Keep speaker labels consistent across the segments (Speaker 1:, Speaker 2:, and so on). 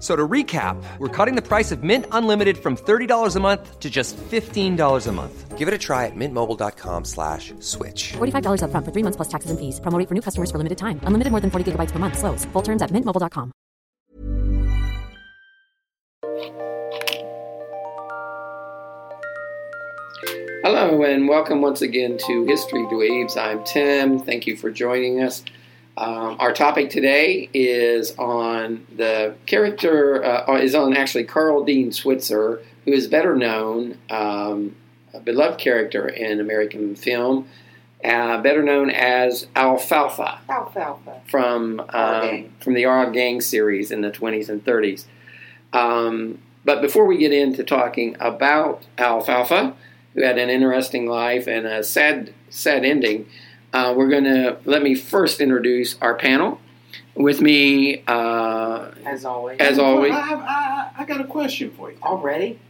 Speaker 1: So to recap, we're cutting the price of Mint Unlimited from $30 a month to just $15 a month. Give it a try at mintmobile.com slash switch.
Speaker 2: $45 up front for three months plus taxes and fees. Promo rate for new customers for limited time. Unlimited more than 40 gigabytes per month. Slows. Full terms at mintmobile.com.
Speaker 3: Hello and welcome once again to History Dweebs. I'm Tim. Thank you for joining us. Um, our topic today is on the character uh, is on actually Carl Dean Switzer, who is better known, um, a beloved character in American film, uh, better known as Alfalfa
Speaker 4: Alfalfa.
Speaker 3: from um,
Speaker 4: Gang.
Speaker 3: from the R Gang series in the 20s and 30s. Um, but before we get into talking about Alfalfa, who had an interesting life and a sad sad ending, uh, we're going to let me first introduce our panel. With me, uh,
Speaker 4: As always.
Speaker 3: as always,
Speaker 5: I, have, I, I I got a question for you.
Speaker 4: already.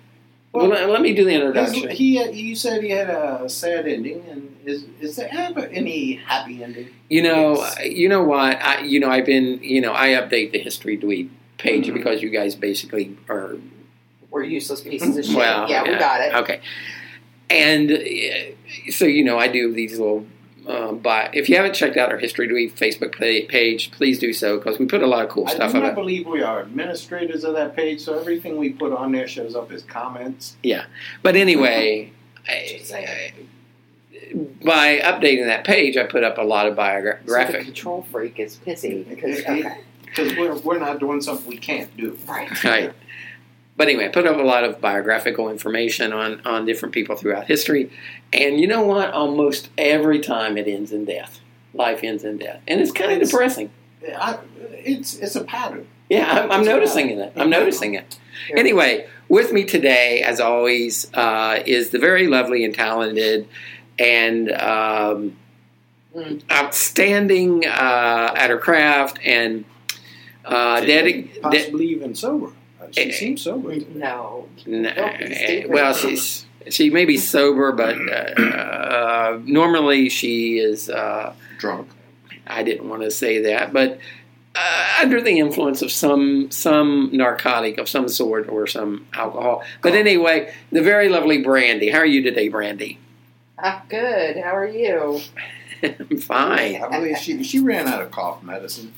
Speaker 3: well, let, let me do the
Speaker 5: Is-
Speaker 3: introduction.
Speaker 5: he, uh, you said he had a sad ending, and is is there ever any happy ending?
Speaker 3: You know,
Speaker 5: Yes.
Speaker 3: uh, you know what? I, you know, I've been, you know, I update the history dweeb page
Speaker 5: Mhm.
Speaker 3: because you guys basically are
Speaker 4: We're useless pieces of shit.
Speaker 3: Mm-hmm. Well,
Speaker 4: yeah, we got it.
Speaker 3: Okay. And uh, so, you know, I do these little. Uh, but if you haven't checked out our History Dweeb Facebook pa- page, please do so because we put a lot of cool
Speaker 5: I
Speaker 3: stuff
Speaker 5: do
Speaker 3: on
Speaker 5: not
Speaker 3: it.
Speaker 5: believe we are administrators of that page, so everything we put on there shows up as comments.
Speaker 3: But anyway, I,
Speaker 4: Just saying.
Speaker 3: by updating that page, I put up a lot of
Speaker 4: So the
Speaker 3: biographic.
Speaker 4: control freak is pissy because okay,
Speaker 5: Because we're, we're not doing something we can't do.
Speaker 4: right.
Speaker 3: Right. But anyway, I put up a lot of biographical information on, on different people throughout history. And you know what? Almost every time it ends in death. Life ends in death. And it's kind of
Speaker 5: It's-
Speaker 3: depressing.
Speaker 5: I, it's it's a pattern.
Speaker 3: Yeah, I'm, I'm
Speaker 5: It's
Speaker 3: noticing
Speaker 5: bad.
Speaker 3: it. I'm noticing it. Anyway, with me today, as always, uh, is the very lovely and talented and um,
Speaker 4: Mm.
Speaker 3: outstanding uh, at her craft and uh, dedic- de-
Speaker 5: possibly even sober. Uh, She
Speaker 3: Eh,
Speaker 5: seems sober.
Speaker 4: No.
Speaker 3: N-
Speaker 4: Don't be stupid.
Speaker 3: eh, well, she's she may be sober, but uh, uh, normally she is. Uh,
Speaker 5: Drunk.
Speaker 3: I didn't want to say that, but uh, under the influence of some some narcotic of some sort or some alcohol. But anyway, the very lovely Brandy. How are you today, Brandy?
Speaker 4: I'm Ah, good. How are you?
Speaker 3: I'm fine.
Speaker 5: I believe she she ran out of cough medicine.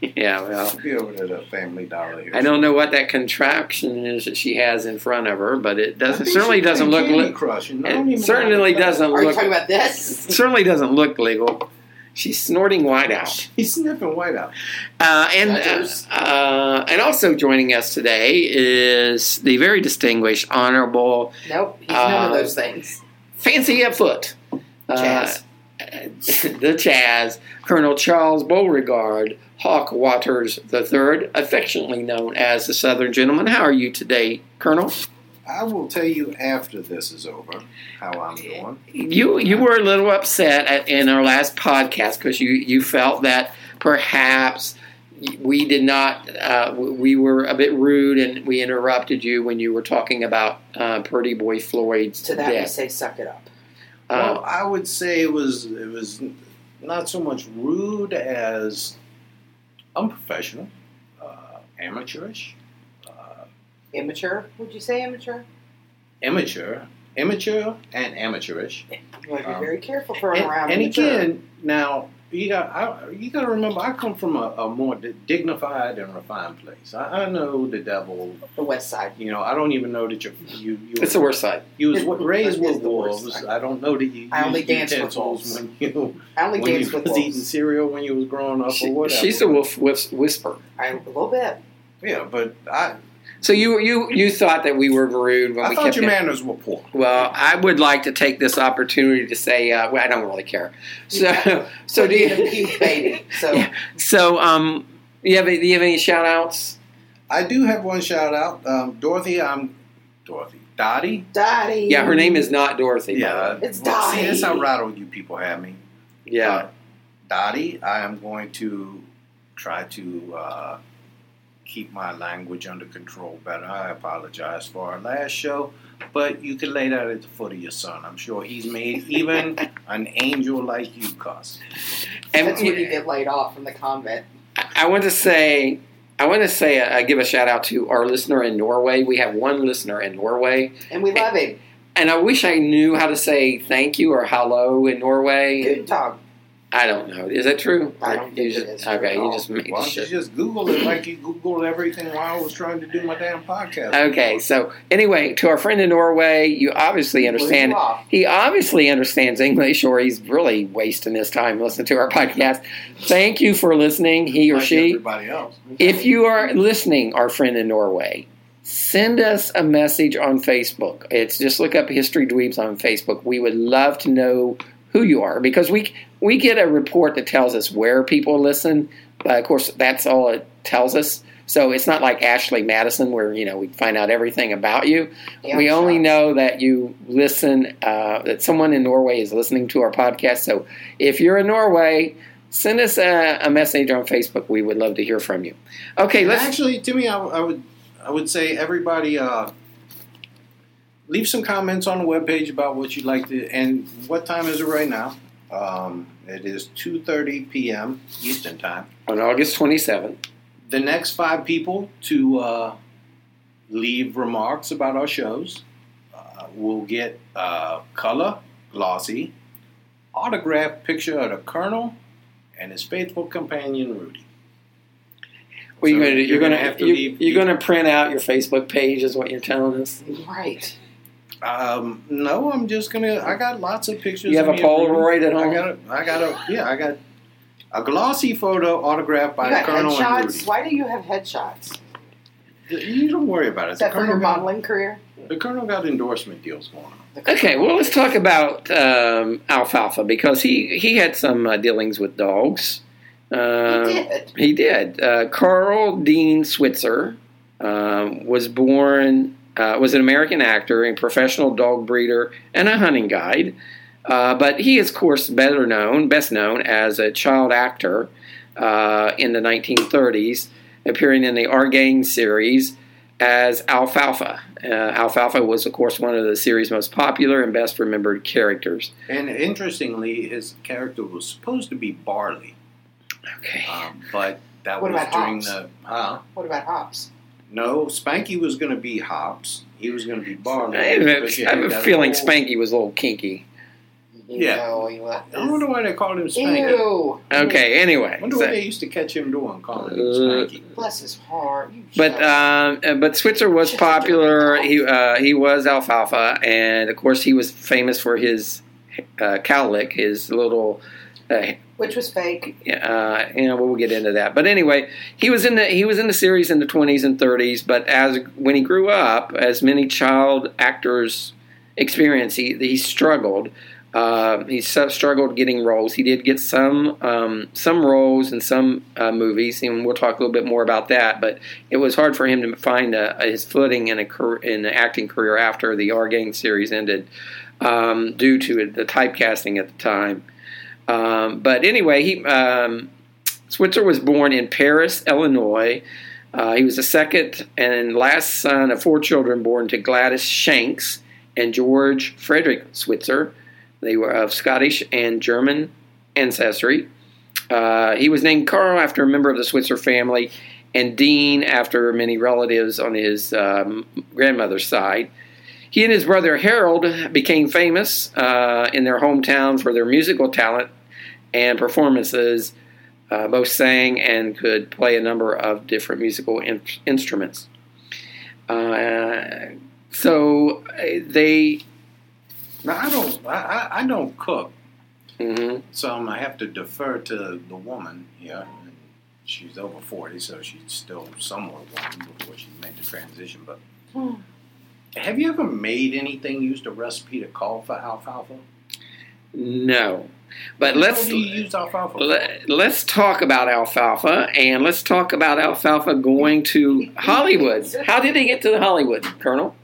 Speaker 3: Yeah, well,
Speaker 5: She'll be over to the Family Dollar here.
Speaker 3: I don't know what that contraption is that she has in front of her, but it
Speaker 5: I
Speaker 3: doesn't
Speaker 5: think
Speaker 3: certainly
Speaker 5: she's
Speaker 3: doesn't look
Speaker 5: playing
Speaker 3: li-
Speaker 5: Candy Crush and I don't
Speaker 3: it
Speaker 5: even
Speaker 3: certainly
Speaker 5: know how to
Speaker 3: doesn't
Speaker 4: Are you talking
Speaker 3: look
Speaker 4: about this?
Speaker 3: certainly doesn't look legal. She's snorting white out.
Speaker 5: He's sniffing white out.
Speaker 3: Uh, and
Speaker 5: Others.
Speaker 3: uh, uh, and also joining us today is the very distinguished honorable
Speaker 4: Nope. He's
Speaker 3: Uh,
Speaker 4: none of those things.
Speaker 3: Fancy Afoot, uh,
Speaker 4: Jazz.
Speaker 3: the Chaz, Colonel Charles Beauregard Hawk Waters III, affectionately known as the Southern Gentleman. How are you today, Colonel?
Speaker 5: I will tell you after this is over how I'm doing.
Speaker 3: You you were a little upset at, in our last podcast because you you felt that perhaps we did not uh, we were a bit rude and we interrupted you when you were talking about uh, Pretty Boy Floyd's
Speaker 4: to that we
Speaker 3: death.
Speaker 4: say suck it up.
Speaker 3: Uh,
Speaker 5: well, I would say it was it was not so much rude as unprofessional, uh, amateurish, uh,
Speaker 4: Immature? Would you say immature?
Speaker 5: immature, immature, and amateurish.
Speaker 4: You want to be
Speaker 5: Um,
Speaker 4: very careful throwing
Speaker 5: And,
Speaker 4: around
Speaker 5: and
Speaker 4: immature.
Speaker 5: again, now you got I, you got to remember, I come from a, a more di- dignified and refined place. I, I know the devil.
Speaker 4: The West Side.
Speaker 5: You know, I don't even know that you're, you you
Speaker 3: It's the worst side.
Speaker 5: you was
Speaker 4: It's-
Speaker 5: raised
Speaker 4: it's
Speaker 5: with
Speaker 4: the worst
Speaker 5: wolves.
Speaker 4: side.
Speaker 5: I don't know that you.
Speaker 4: I
Speaker 5: used
Speaker 4: only danced with
Speaker 5: utensils
Speaker 4: wolves.
Speaker 5: when you
Speaker 4: I only
Speaker 5: when
Speaker 4: danced
Speaker 5: you
Speaker 4: with
Speaker 5: was eating
Speaker 4: wolves.
Speaker 5: cereal when you was growing up
Speaker 3: She-
Speaker 5: or whatever.
Speaker 3: she's a wolf whis- whisper.
Speaker 4: I, a little bit.
Speaker 5: Yeah, but I
Speaker 3: So you you you thought that we were rude when
Speaker 5: I
Speaker 3: we
Speaker 5: thought
Speaker 3: kept
Speaker 5: your
Speaker 3: it-
Speaker 5: manners were poor.
Speaker 3: Well, I would like to take this opportunity to say uh, well, I don't really care. So so do
Speaker 4: you had a
Speaker 3: you,
Speaker 4: huge baby. So
Speaker 3: Yeah. so um you have any, do you have any shout outs?
Speaker 5: I do have one shout out, um, Dorothy. I'm Dorothy Dottie.
Speaker 4: Dottie.
Speaker 3: Yeah, her name is not Dorothy. by the way.
Speaker 5: Yeah,
Speaker 4: It's
Speaker 5: well, See,
Speaker 4: Dottie.
Speaker 5: that's how rattled you people have me.
Speaker 3: yeah.
Speaker 5: Uh, Dottie, I am going to try to uh, keep my language under control better. I apologize for our last show, but you can lay that at the foot of your son. I'm sure he's made even an angel like you cuss.
Speaker 3: And
Speaker 4: That's when you get laid off from the convent.
Speaker 3: I want to say, I want to say, uh, give a shout out to our listener in Norway. We have one listener in Norway,
Speaker 4: And we love him.
Speaker 3: and I wish I knew how to say thank you or hello in Norway.
Speaker 4: Good dog.
Speaker 3: I don't know. Is that true?
Speaker 4: I don't
Speaker 3: You
Speaker 4: think it
Speaker 3: just-
Speaker 4: is true
Speaker 3: Okay,
Speaker 4: at
Speaker 3: you
Speaker 4: all.
Speaker 3: just made
Speaker 5: Why
Speaker 3: the
Speaker 5: don't you
Speaker 3: shit.
Speaker 5: just Google it like you Googled everything while I was trying to do my damn podcast?
Speaker 3: Okay, so anyway, to our friend in Norway, you obviously understand.
Speaker 4: you off.
Speaker 3: He obviously understands English, or he's really wasting his time listening to our podcast. Thank you for listening, he or
Speaker 5: Like
Speaker 3: she.
Speaker 5: everybody else.
Speaker 3: If you are listening, our friend in Norway, send us a message on Facebook. It's just look up History Dweebs on Facebook. We would love to know who you are because we we get a report that tells us where people listen, but of course that's all it tells us. So it's not like Ashley Madison where you know we find out everything about you.
Speaker 4: Yeah,
Speaker 3: we
Speaker 4: I'm
Speaker 3: only
Speaker 4: shocked.
Speaker 3: know that you listen uh, that someone in Norway is listening to our podcast. So if you're in Norway, send us a, a message on Facebook. We would love to hear from you. Okay,
Speaker 5: And
Speaker 3: let's.
Speaker 5: actually, to me, I, I would I would say everybody uh, leave some comments on the webpage about what you'd like to. And what time is it right now? Um, it is two thirty p.m. Eastern time.
Speaker 3: On August 27th.
Speaker 5: The next five people to uh, leave remarks about our shows uh, will get uh, color glossy autographed picture of the Colonel and his faithful companion Rudy.
Speaker 3: Well, you're
Speaker 5: So
Speaker 3: going to you're
Speaker 5: you're
Speaker 3: going
Speaker 5: gonna
Speaker 3: to
Speaker 5: have to
Speaker 3: you're,
Speaker 5: leave-
Speaker 3: you're going to print out your Facebook page, is what you're telling us.
Speaker 4: Right.
Speaker 5: Um, no, I'm just gonna. I got lots of pictures.
Speaker 3: You have
Speaker 5: of
Speaker 3: a
Speaker 5: me and Rudy.
Speaker 3: Polaroid at home?
Speaker 5: I got a. I got a. Yeah, I got a glossy photo autographed
Speaker 4: You
Speaker 5: by
Speaker 4: got
Speaker 5: Colonel
Speaker 4: headshots.
Speaker 5: and Rudy.
Speaker 4: Why do you have headshots?
Speaker 5: You don't worry about it.
Speaker 4: Is that
Speaker 5: the
Speaker 4: for
Speaker 5: Colonel
Speaker 4: your
Speaker 5: got,
Speaker 4: modeling career?
Speaker 5: The Colonel got endorsement deals going on.
Speaker 3: Okay, well, let's talk about um, Alfalfa because he he had some uh, dealings with dogs. Um,
Speaker 4: He did.
Speaker 3: He did. Uh, Carl Dean Switzer um, was born uh, was an American actor and professional dog breeder and a hunting guide. Uh, but he is, of course, better known, best known as a child actor uh, in the 1930s, appearing in the Argain series as Alfalfa. Uh, Alfalfa was, of course, one of the series' most popular and best remembered characters.
Speaker 5: And interestingly, his character was supposed to be Barley,
Speaker 3: Okay.
Speaker 5: um, but that
Speaker 4: What
Speaker 5: was
Speaker 4: about
Speaker 5: during
Speaker 4: Hops?
Speaker 5: the. Huh?
Speaker 4: What about hops?
Speaker 5: No, Spanky was going to be Hops. He was going to be Barley.
Speaker 3: I have
Speaker 5: But
Speaker 3: a,
Speaker 5: you
Speaker 3: I have
Speaker 5: had
Speaker 3: a
Speaker 5: that
Speaker 3: feeling
Speaker 5: whole-
Speaker 3: Spanky was a little kinky.
Speaker 5: Yeah.
Speaker 4: No, he was.
Speaker 5: I wonder why they called him Spanky.
Speaker 4: Ew.
Speaker 3: Okay, anyway.
Speaker 5: I Hmm. wonder
Speaker 3: so-
Speaker 5: what they used to catch him doing, calling him
Speaker 3: Uh,
Speaker 5: Spanky.
Speaker 4: Bless his heart. You
Speaker 3: But
Speaker 4: shut up.
Speaker 3: um, uh, but Switzer was
Speaker 4: Just
Speaker 3: popular.
Speaker 4: a dirty
Speaker 3: He uh, he was alfalfa, and of course he was famous for his uh, cowlick, his little. Uh,
Speaker 4: which was fake.
Speaker 3: uh, you know, we'll get into that. But anyway, he was in the he was in the series in the twenties and thirties. But as when he grew up, as many child actors experience, he he struggled. Uh, he su- struggled getting roles. He did get some um, some roles in some uh, movies, and we'll talk a little bit more about that. But it was hard for him to find uh his footing in a car- in an acting career after the Argain series ended, um, due to the typecasting at the time. Um, but anyway, he um, Switzer was born in Paris, Illinois. Uh, he was the second and last son of four children born to Gladys Shanks and George Frederick Switzer. They were of Scottish and German ancestry. Uh, he was named Carl after a member of the Switzer family and Dean after many relatives on his um, grandmother's side. He and his brother Harold became famous uh, in their hometown for their musical talent and performances, uh, both sang and could play a number of different musical in- instruments. Uh, so uh, they,
Speaker 5: Now I don't. I, I, I don't cook,
Speaker 3: mhm,
Speaker 5: so I'm gonna have to defer to the woman here. She's over forty, so she's still somewhat woman before she made the transition. But
Speaker 4: Hmm.
Speaker 5: have you ever made anything? Used a recipe to call for alfalfa?
Speaker 3: no. But
Speaker 5: What
Speaker 3: let's
Speaker 5: do you use alfalfa? for?
Speaker 3: let, let's talk about alfalfa, and let's talk about alfalfa going to Hollywood. How did he get to Hollywood, Colonel?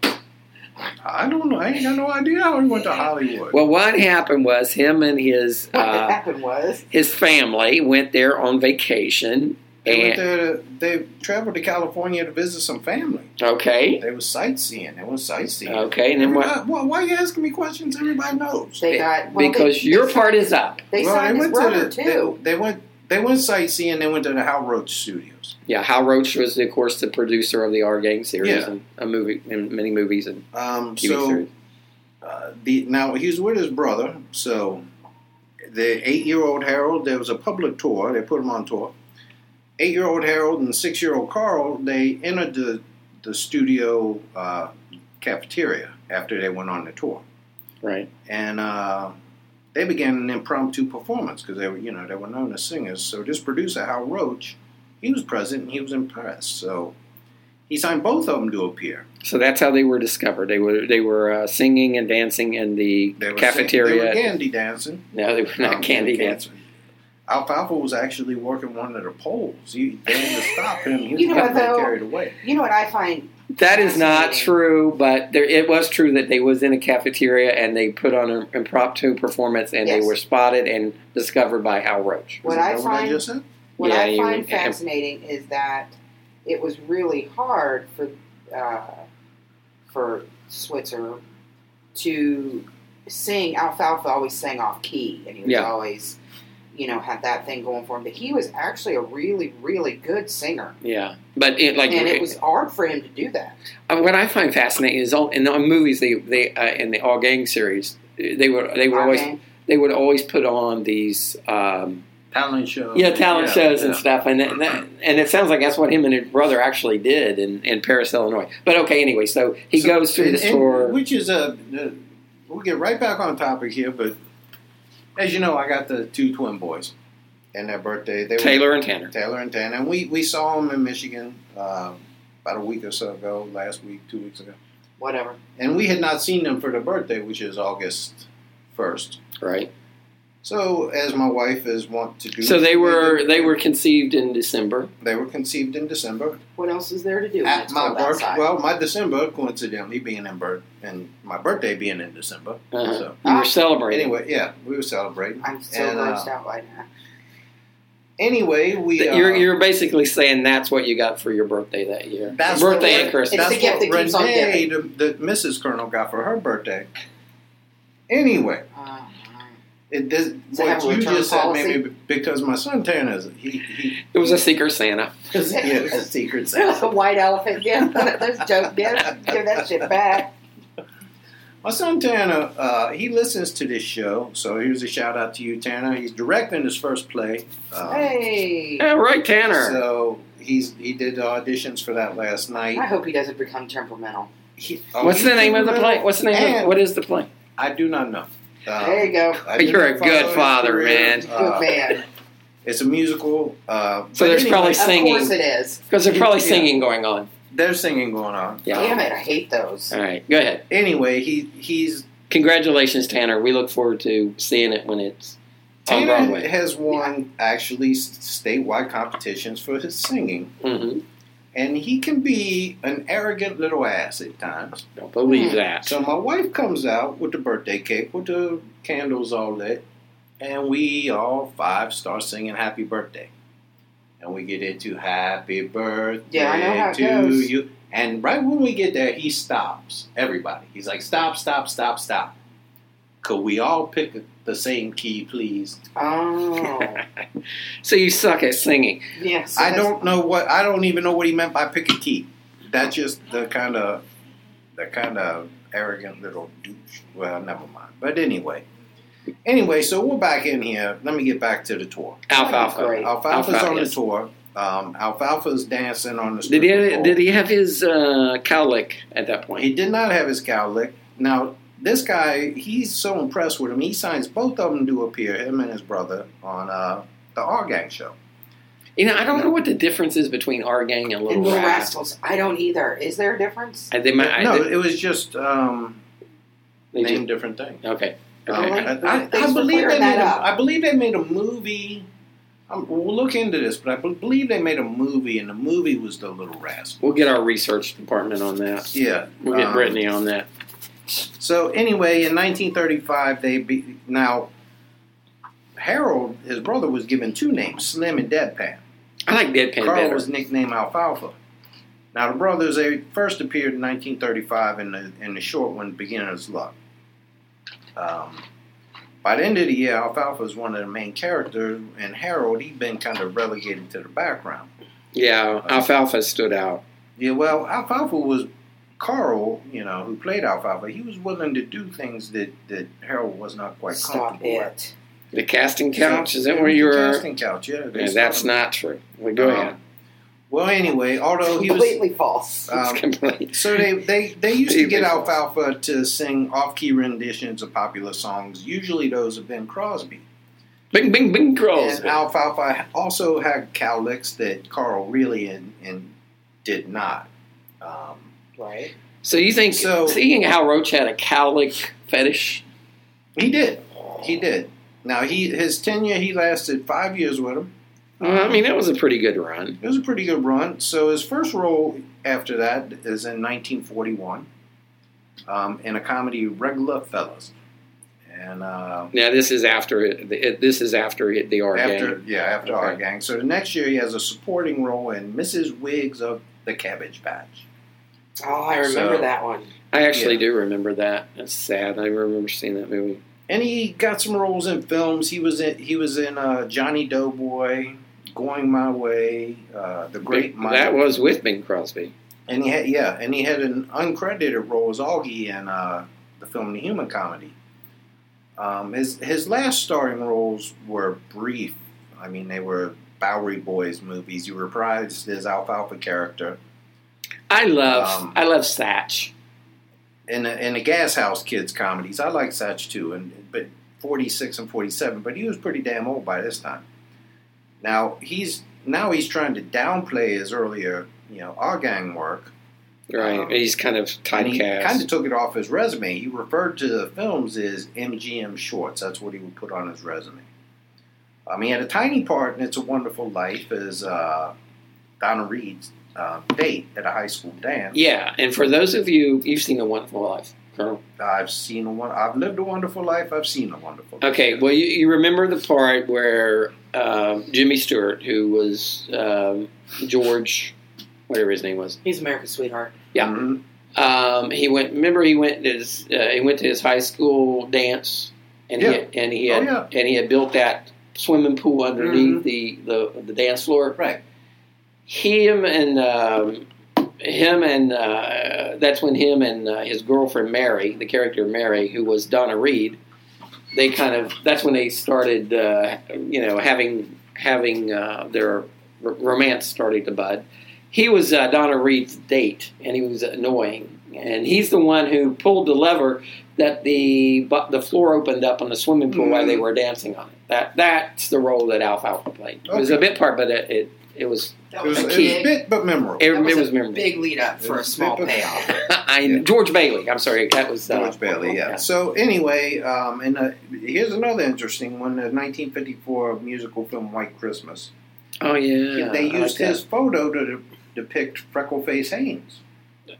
Speaker 5: I don't know. I ain't got no idea how he went to Hollywood.
Speaker 3: Well, what happened was him and his
Speaker 4: What
Speaker 3: uh,
Speaker 4: happened was
Speaker 3: his family went there on vacation,
Speaker 5: they went
Speaker 3: and
Speaker 5: there. To, they traveled to California to visit some family.
Speaker 3: okay,
Speaker 5: They was sightseeing. They was sightseeing.
Speaker 3: okay, and then what?
Speaker 5: Everybody- why, why you asking me questions? Everybody knows.
Speaker 4: they got well,
Speaker 3: because
Speaker 4: they,
Speaker 3: your
Speaker 4: they,
Speaker 3: part is up.
Speaker 4: They signed his brother
Speaker 5: the,
Speaker 4: too.
Speaker 5: They, they went. They went sightseeing. They went to the Hal Roach Studios.
Speaker 3: Yeah, Hal Roach was, of course, the producer of the R Gang series
Speaker 5: Yeah.
Speaker 3: and a movie and many movies and
Speaker 5: Um,
Speaker 3: TV
Speaker 5: so
Speaker 3: series.
Speaker 5: uh, the now he was with his brother. So the eight-year-old Harold. There was a public tour. They put him on tour. Eight-year-old Harold and six-year-old Carl. They entered the the studio uh, cafeteria after they went on the tour.
Speaker 3: Right.
Speaker 5: and uh, they began an impromptu performance because they were, you know, they were known as singers. So this producer, Hal Roach, he was present and he was impressed. So he signed both of them to appear.
Speaker 3: So that's how they were discovered. They were they were uh, singing and dancing in the
Speaker 5: They were
Speaker 3: cafeteria.
Speaker 5: sing- they were candy dancing.
Speaker 3: no, they were not
Speaker 4: Oh,
Speaker 5: Um,
Speaker 3: candy
Speaker 5: can-
Speaker 3: dancing.
Speaker 5: Alfalfa was actually working one of the poles. He, they had to stop him. He was
Speaker 4: You know
Speaker 5: getting
Speaker 4: what, though?
Speaker 5: carried away.
Speaker 4: You know what I find?
Speaker 3: That is not
Speaker 4: Fascinating.
Speaker 3: true, but there, it was true that they was in a cafeteria and they put on an impromptu performance and they
Speaker 4: Yes.
Speaker 3: were spotted and discovered by Hal Roach.
Speaker 4: What
Speaker 5: Isn't
Speaker 4: I
Speaker 5: that what I
Speaker 4: find
Speaker 5: just said?
Speaker 4: What
Speaker 3: Yeah,
Speaker 4: I
Speaker 3: you-
Speaker 4: find fascinating is that it was really hard for uh, for Switzer to sing. Alfalfa always sang off key, and he was
Speaker 3: Yeah.
Speaker 4: always, you know, had that thing going for him. But he was actually a really, really good singer,
Speaker 3: Yeah, but it, like
Speaker 4: and it was hard for him to do that.
Speaker 3: uh, what I find fascinating is all in the movies they they uh, in the All Gang series they were they would
Speaker 4: I
Speaker 3: always
Speaker 4: mean,
Speaker 3: they would always put on these um,
Speaker 5: Talent shows.
Speaker 3: yeah talent shows and
Speaker 5: yeah.
Speaker 3: stuff and that, and that- and it sounds like that's what him and his brother actually did in, in Paris Illinois. But okay, anyway, so he
Speaker 5: So-
Speaker 3: goes through
Speaker 5: and-
Speaker 3: this
Speaker 5: and
Speaker 3: tour.
Speaker 5: which is a. the- We'll get right back on topic here, but as you know, I got the two twin boys, and their birthday they
Speaker 3: Taylor and Tanner.
Speaker 5: were Taylor and Tan, and we we saw them in Michigan uh, about a week or so ago, last week, two weeks ago,
Speaker 4: whatever.
Speaker 5: and we had not seen them for their birthday, which is August first.
Speaker 3: Right.
Speaker 5: So, as my wife is wont to do,
Speaker 3: So they were they were conceived in December.
Speaker 5: they were conceived in December,
Speaker 4: What else is there to do? when
Speaker 5: at
Speaker 4: it's
Speaker 5: my
Speaker 4: cold
Speaker 5: birth,
Speaker 4: outside?
Speaker 5: well, my December coincidentally being in birth and my birthday being in December.
Speaker 3: Uh-huh.
Speaker 5: So
Speaker 3: You were
Speaker 4: Ah.
Speaker 3: celebrating.
Speaker 5: anyway, yeah, we were celebrating.
Speaker 4: I'm so
Speaker 5: and, uh,
Speaker 4: grossed out right now.
Speaker 5: Anyway, we
Speaker 3: That
Speaker 5: uh,
Speaker 3: You're, you're basically saying that's what you got for your birthday that year.
Speaker 5: that's
Speaker 3: birthday
Speaker 5: what,
Speaker 3: and Christmas.
Speaker 4: It's
Speaker 5: That's
Speaker 4: the gift
Speaker 5: what
Speaker 4: that keeps on
Speaker 5: Renee, the, the Mrs. Colonel, got for her birthday. Anyway,
Speaker 4: Uh,
Speaker 5: it, this,
Speaker 4: So
Speaker 5: what
Speaker 4: have a
Speaker 5: you
Speaker 4: return
Speaker 5: just said
Speaker 4: policy?
Speaker 5: maybe because my son Tanner is he, he
Speaker 3: It was a secret Santa.
Speaker 5: yeah, it's a secret
Speaker 4: the
Speaker 5: Santa.
Speaker 4: white elephant gift. There's joke. Give give that shit back.
Speaker 5: My son Tanner, uh, he listens to this show, so here's a shout out to you, Tanner. He's directing his first play. Um,
Speaker 4: Hey.
Speaker 3: Yeah, right, Tanner.
Speaker 5: So he's he did the auditions for that last night.
Speaker 4: I hope he doesn't become temperamental.
Speaker 5: He- oh,
Speaker 3: What's
Speaker 5: he
Speaker 3: the name of the
Speaker 5: did
Speaker 3: play? What's the name of
Speaker 5: And-
Speaker 3: what is the play?
Speaker 5: I do not know. Um,
Speaker 4: There you go.
Speaker 5: I did
Speaker 3: You're a
Speaker 5: not follow
Speaker 3: good
Speaker 5: his
Speaker 3: father, man.
Speaker 4: Good
Speaker 5: Uh,
Speaker 4: man.
Speaker 5: It's a musical. Uh,
Speaker 3: So
Speaker 5: but
Speaker 3: there's probably
Speaker 4: Of
Speaker 3: singing.
Speaker 4: course it is.
Speaker 3: Because there's probably
Speaker 5: Yeah.
Speaker 3: singing going on.
Speaker 5: there's singing going on.
Speaker 3: Yeah.
Speaker 4: Damn it, I hate those.
Speaker 3: All right, go ahead.
Speaker 5: Anyway, he he's
Speaker 3: Congratulations, Tanner. We look forward to seeing it when it's on
Speaker 5: Tanner
Speaker 3: Broadway.
Speaker 5: has won actually s- statewide competitions for his singing,
Speaker 3: hmm
Speaker 5: and he can be an arrogant little ass at times.
Speaker 3: Don't believe that.
Speaker 5: So my wife comes out with the birthday cake with the candles all lit, and we all five start singing "Happy Birthday," and we get into "Happy Birthday
Speaker 4: Yeah, I know how it
Speaker 5: to
Speaker 4: goes.
Speaker 5: you." And right when we get there, he stops everybody. He's like, "Stop! Stop! Stop! Stop!" Could we all pick the same key, please?
Speaker 4: Oh.
Speaker 3: so you suck at singing.
Speaker 4: yes.
Speaker 5: I don't know what I don't even know what he meant by pick a key. That's just the kind of the kind of arrogant little douche. Well, never mind. But anyway, Anyway, so we're back in here. Let me get back to the tour.
Speaker 3: Alfalfa.
Speaker 4: Great.
Speaker 5: Alfalfa's
Speaker 3: Alfalfa,
Speaker 5: on the
Speaker 3: yes.
Speaker 5: tour. Um, Alfalfa's dancing on the
Speaker 3: Did he
Speaker 5: strip
Speaker 3: have,
Speaker 5: pole.
Speaker 3: did he have his uh, cowlick at that point?
Speaker 5: He did not have his cow lick. Now, this guy, he's so impressed with him, he signs both of them to appear, him and his brother, on uh, the R Gang show.
Speaker 3: You know, I don't know what the difference is between our gang and Little
Speaker 4: and Little
Speaker 3: Rascals.
Speaker 4: Rascals. I don't either. Is there a difference?
Speaker 3: I, they might, I,
Speaker 5: no,
Speaker 3: they-
Speaker 5: it was just um,
Speaker 3: they
Speaker 5: named
Speaker 3: just-
Speaker 5: different things.
Speaker 3: okay.
Speaker 5: Um,
Speaker 3: Okay.
Speaker 4: like-
Speaker 5: I, I-
Speaker 4: Oh, Thanks
Speaker 5: I
Speaker 4: for
Speaker 5: believe they
Speaker 4: clearing
Speaker 5: made
Speaker 4: that
Speaker 5: a,
Speaker 4: up.
Speaker 5: I believe they made a movie. Um, we'll look into this, but I believe they made a movie, and the movie was The Little Rascal.
Speaker 3: We'll get our research department on that.
Speaker 5: Yeah,
Speaker 3: We'll get
Speaker 5: um,
Speaker 3: Brittany on that.
Speaker 5: So anyway, in 1935, they be now. Harold, his brother, was given two names: Slim and Deadpan.
Speaker 3: I like Deadpan
Speaker 5: Carl
Speaker 3: better.
Speaker 5: was nicknamed Alfalfa. Now the brothers they first appeared in 1935 in the in the short one Beginner's Luck. Um, by the end of the year, Alfalfa was one of the main characters, and Harold he'd been kind of relegated to the background.
Speaker 3: yeah, Alfalfa stood out.
Speaker 5: Yeah, well, Alfalfa was Carl, you know, who played Alfalfa. He was willing to do things that that Harold was not quite
Speaker 4: Stop
Speaker 5: comfortable with.
Speaker 4: it.
Speaker 3: The casting
Speaker 5: So,
Speaker 3: couch, is that
Speaker 5: yeah,
Speaker 3: where
Speaker 5: the
Speaker 3: you were?
Speaker 5: Casting couch, yeah. they
Speaker 3: Yeah,
Speaker 5: saw
Speaker 3: that's
Speaker 5: him.
Speaker 3: not true. We go
Speaker 5: Um,
Speaker 3: ahead.
Speaker 5: Well, anyway, although Oh, he was
Speaker 4: Completely false.
Speaker 5: um,
Speaker 3: it's complete.
Speaker 5: So they, they, they used to get
Speaker 3: Even-
Speaker 5: Alfalfa to sing off key renditions of popular songs, usually those of Ben Crosby.
Speaker 3: Bing, bing, bing, girls.
Speaker 5: And Alfalfa also had cowlicks that Carl really and, and did not. Um,
Speaker 4: right.
Speaker 3: So you think,
Speaker 5: So-
Speaker 3: seeing how Roach had a cowlick fetish,
Speaker 5: he did. He did. Now, he his tenure, he lasted five years with him. Um,
Speaker 3: well, I mean, that was a pretty good run.
Speaker 5: It was a pretty good run. So his first role after that is in 1941 um, in a comedy, Regular Fellas. And. Uh,
Speaker 3: Now this is after it, it, this is after it, the R
Speaker 5: after
Speaker 3: game.
Speaker 5: yeah after
Speaker 3: Okay.
Speaker 5: our gang. So the next year he has a supporting role in Mrs. Wiggs of the Cabbage Patch.
Speaker 4: Oh, I remember
Speaker 5: So-
Speaker 4: that one.
Speaker 3: I actually
Speaker 5: yeah.
Speaker 3: do remember that. That's sad. I remember seeing that movie.
Speaker 5: And he got some roles in films. He was in he was in uh, Johnny Doughboy, Going My Way, uh, The Great
Speaker 3: Bing-
Speaker 5: Mike.
Speaker 3: that was with Bing Crosby.
Speaker 5: and he had yeah, and he had an uncredited role as Augie in uh, the film The Human Comedy. Um, his his last starring roles were brief. I mean, they were Bowery Boys movies. He reprised his Alfalfa character
Speaker 3: I love
Speaker 5: Um,
Speaker 3: I love Satch.
Speaker 5: in the, in the Gas House Kids comedies. I like Satch too, and but forty six and forty seven. But he was pretty damn old by this time. Now he's now he's trying to downplay his earlier you know our gang work.
Speaker 3: Right,
Speaker 5: um,
Speaker 3: he's kind of
Speaker 5: And he
Speaker 3: typecast.
Speaker 5: kind of took it off his resume. He referred to the films as MGM shorts. That's what he would put on his resume. Um, he had a tiny part in "It's a Wonderful Life" as uh, Donna Reed's uh, date at a high school dance.
Speaker 3: yeah, and for those of you you've seen The Wonderful Life, Colonel.
Speaker 5: I've seen a one. I've lived a wonderful life. I've seen a wonderful. life.
Speaker 3: Okay, well you, you remember the part where um Jimmy Stewart, who was um, George, whatever his name was,
Speaker 4: He's America's sweetheart.
Speaker 3: Yeah.
Speaker 5: Mhm.
Speaker 3: um, he went. Remember, he went to his uh, he went to his high school dance, and
Speaker 5: Yeah.
Speaker 3: he and he
Speaker 5: Oh,
Speaker 3: had
Speaker 5: yeah. Mm-hmm.
Speaker 3: and he had built that swimming pool underneath the, the the dance floor.
Speaker 5: Right.
Speaker 3: Him and um, him and uh, that's when him and uh, his girlfriend Mary, the character Mary, who was Donna Reed, they kind of that's when they started uh, you know having having uh, their r- romance started to bud. He was uh, Donna Reed's date, and he was annoying. And he's the one who pulled the lever that the bu- the floor opened up on the swimming pool while they were dancing on it. That that's the role that Alfalfa played. It was a
Speaker 5: Okay.
Speaker 3: bit part, but it it, it was
Speaker 4: That
Speaker 5: It was,
Speaker 4: was
Speaker 5: it
Speaker 4: a
Speaker 5: was
Speaker 4: big,
Speaker 5: a bit but memorable.
Speaker 3: it,
Speaker 4: that was
Speaker 3: it
Speaker 4: a
Speaker 3: was memorable.
Speaker 4: big lead up for a small payoff.
Speaker 3: I,
Speaker 5: Yeah.
Speaker 3: George Bailey. I'm sorry, that was uh,
Speaker 5: George Bailey, yeah. So anyway, um, and uh, here's another interesting one: the 1954 musical film White Christmas.
Speaker 3: Oh yeah,
Speaker 5: they
Speaker 3: I like
Speaker 5: used
Speaker 3: that.
Speaker 5: his photo to de- depict Freckleface Haynes,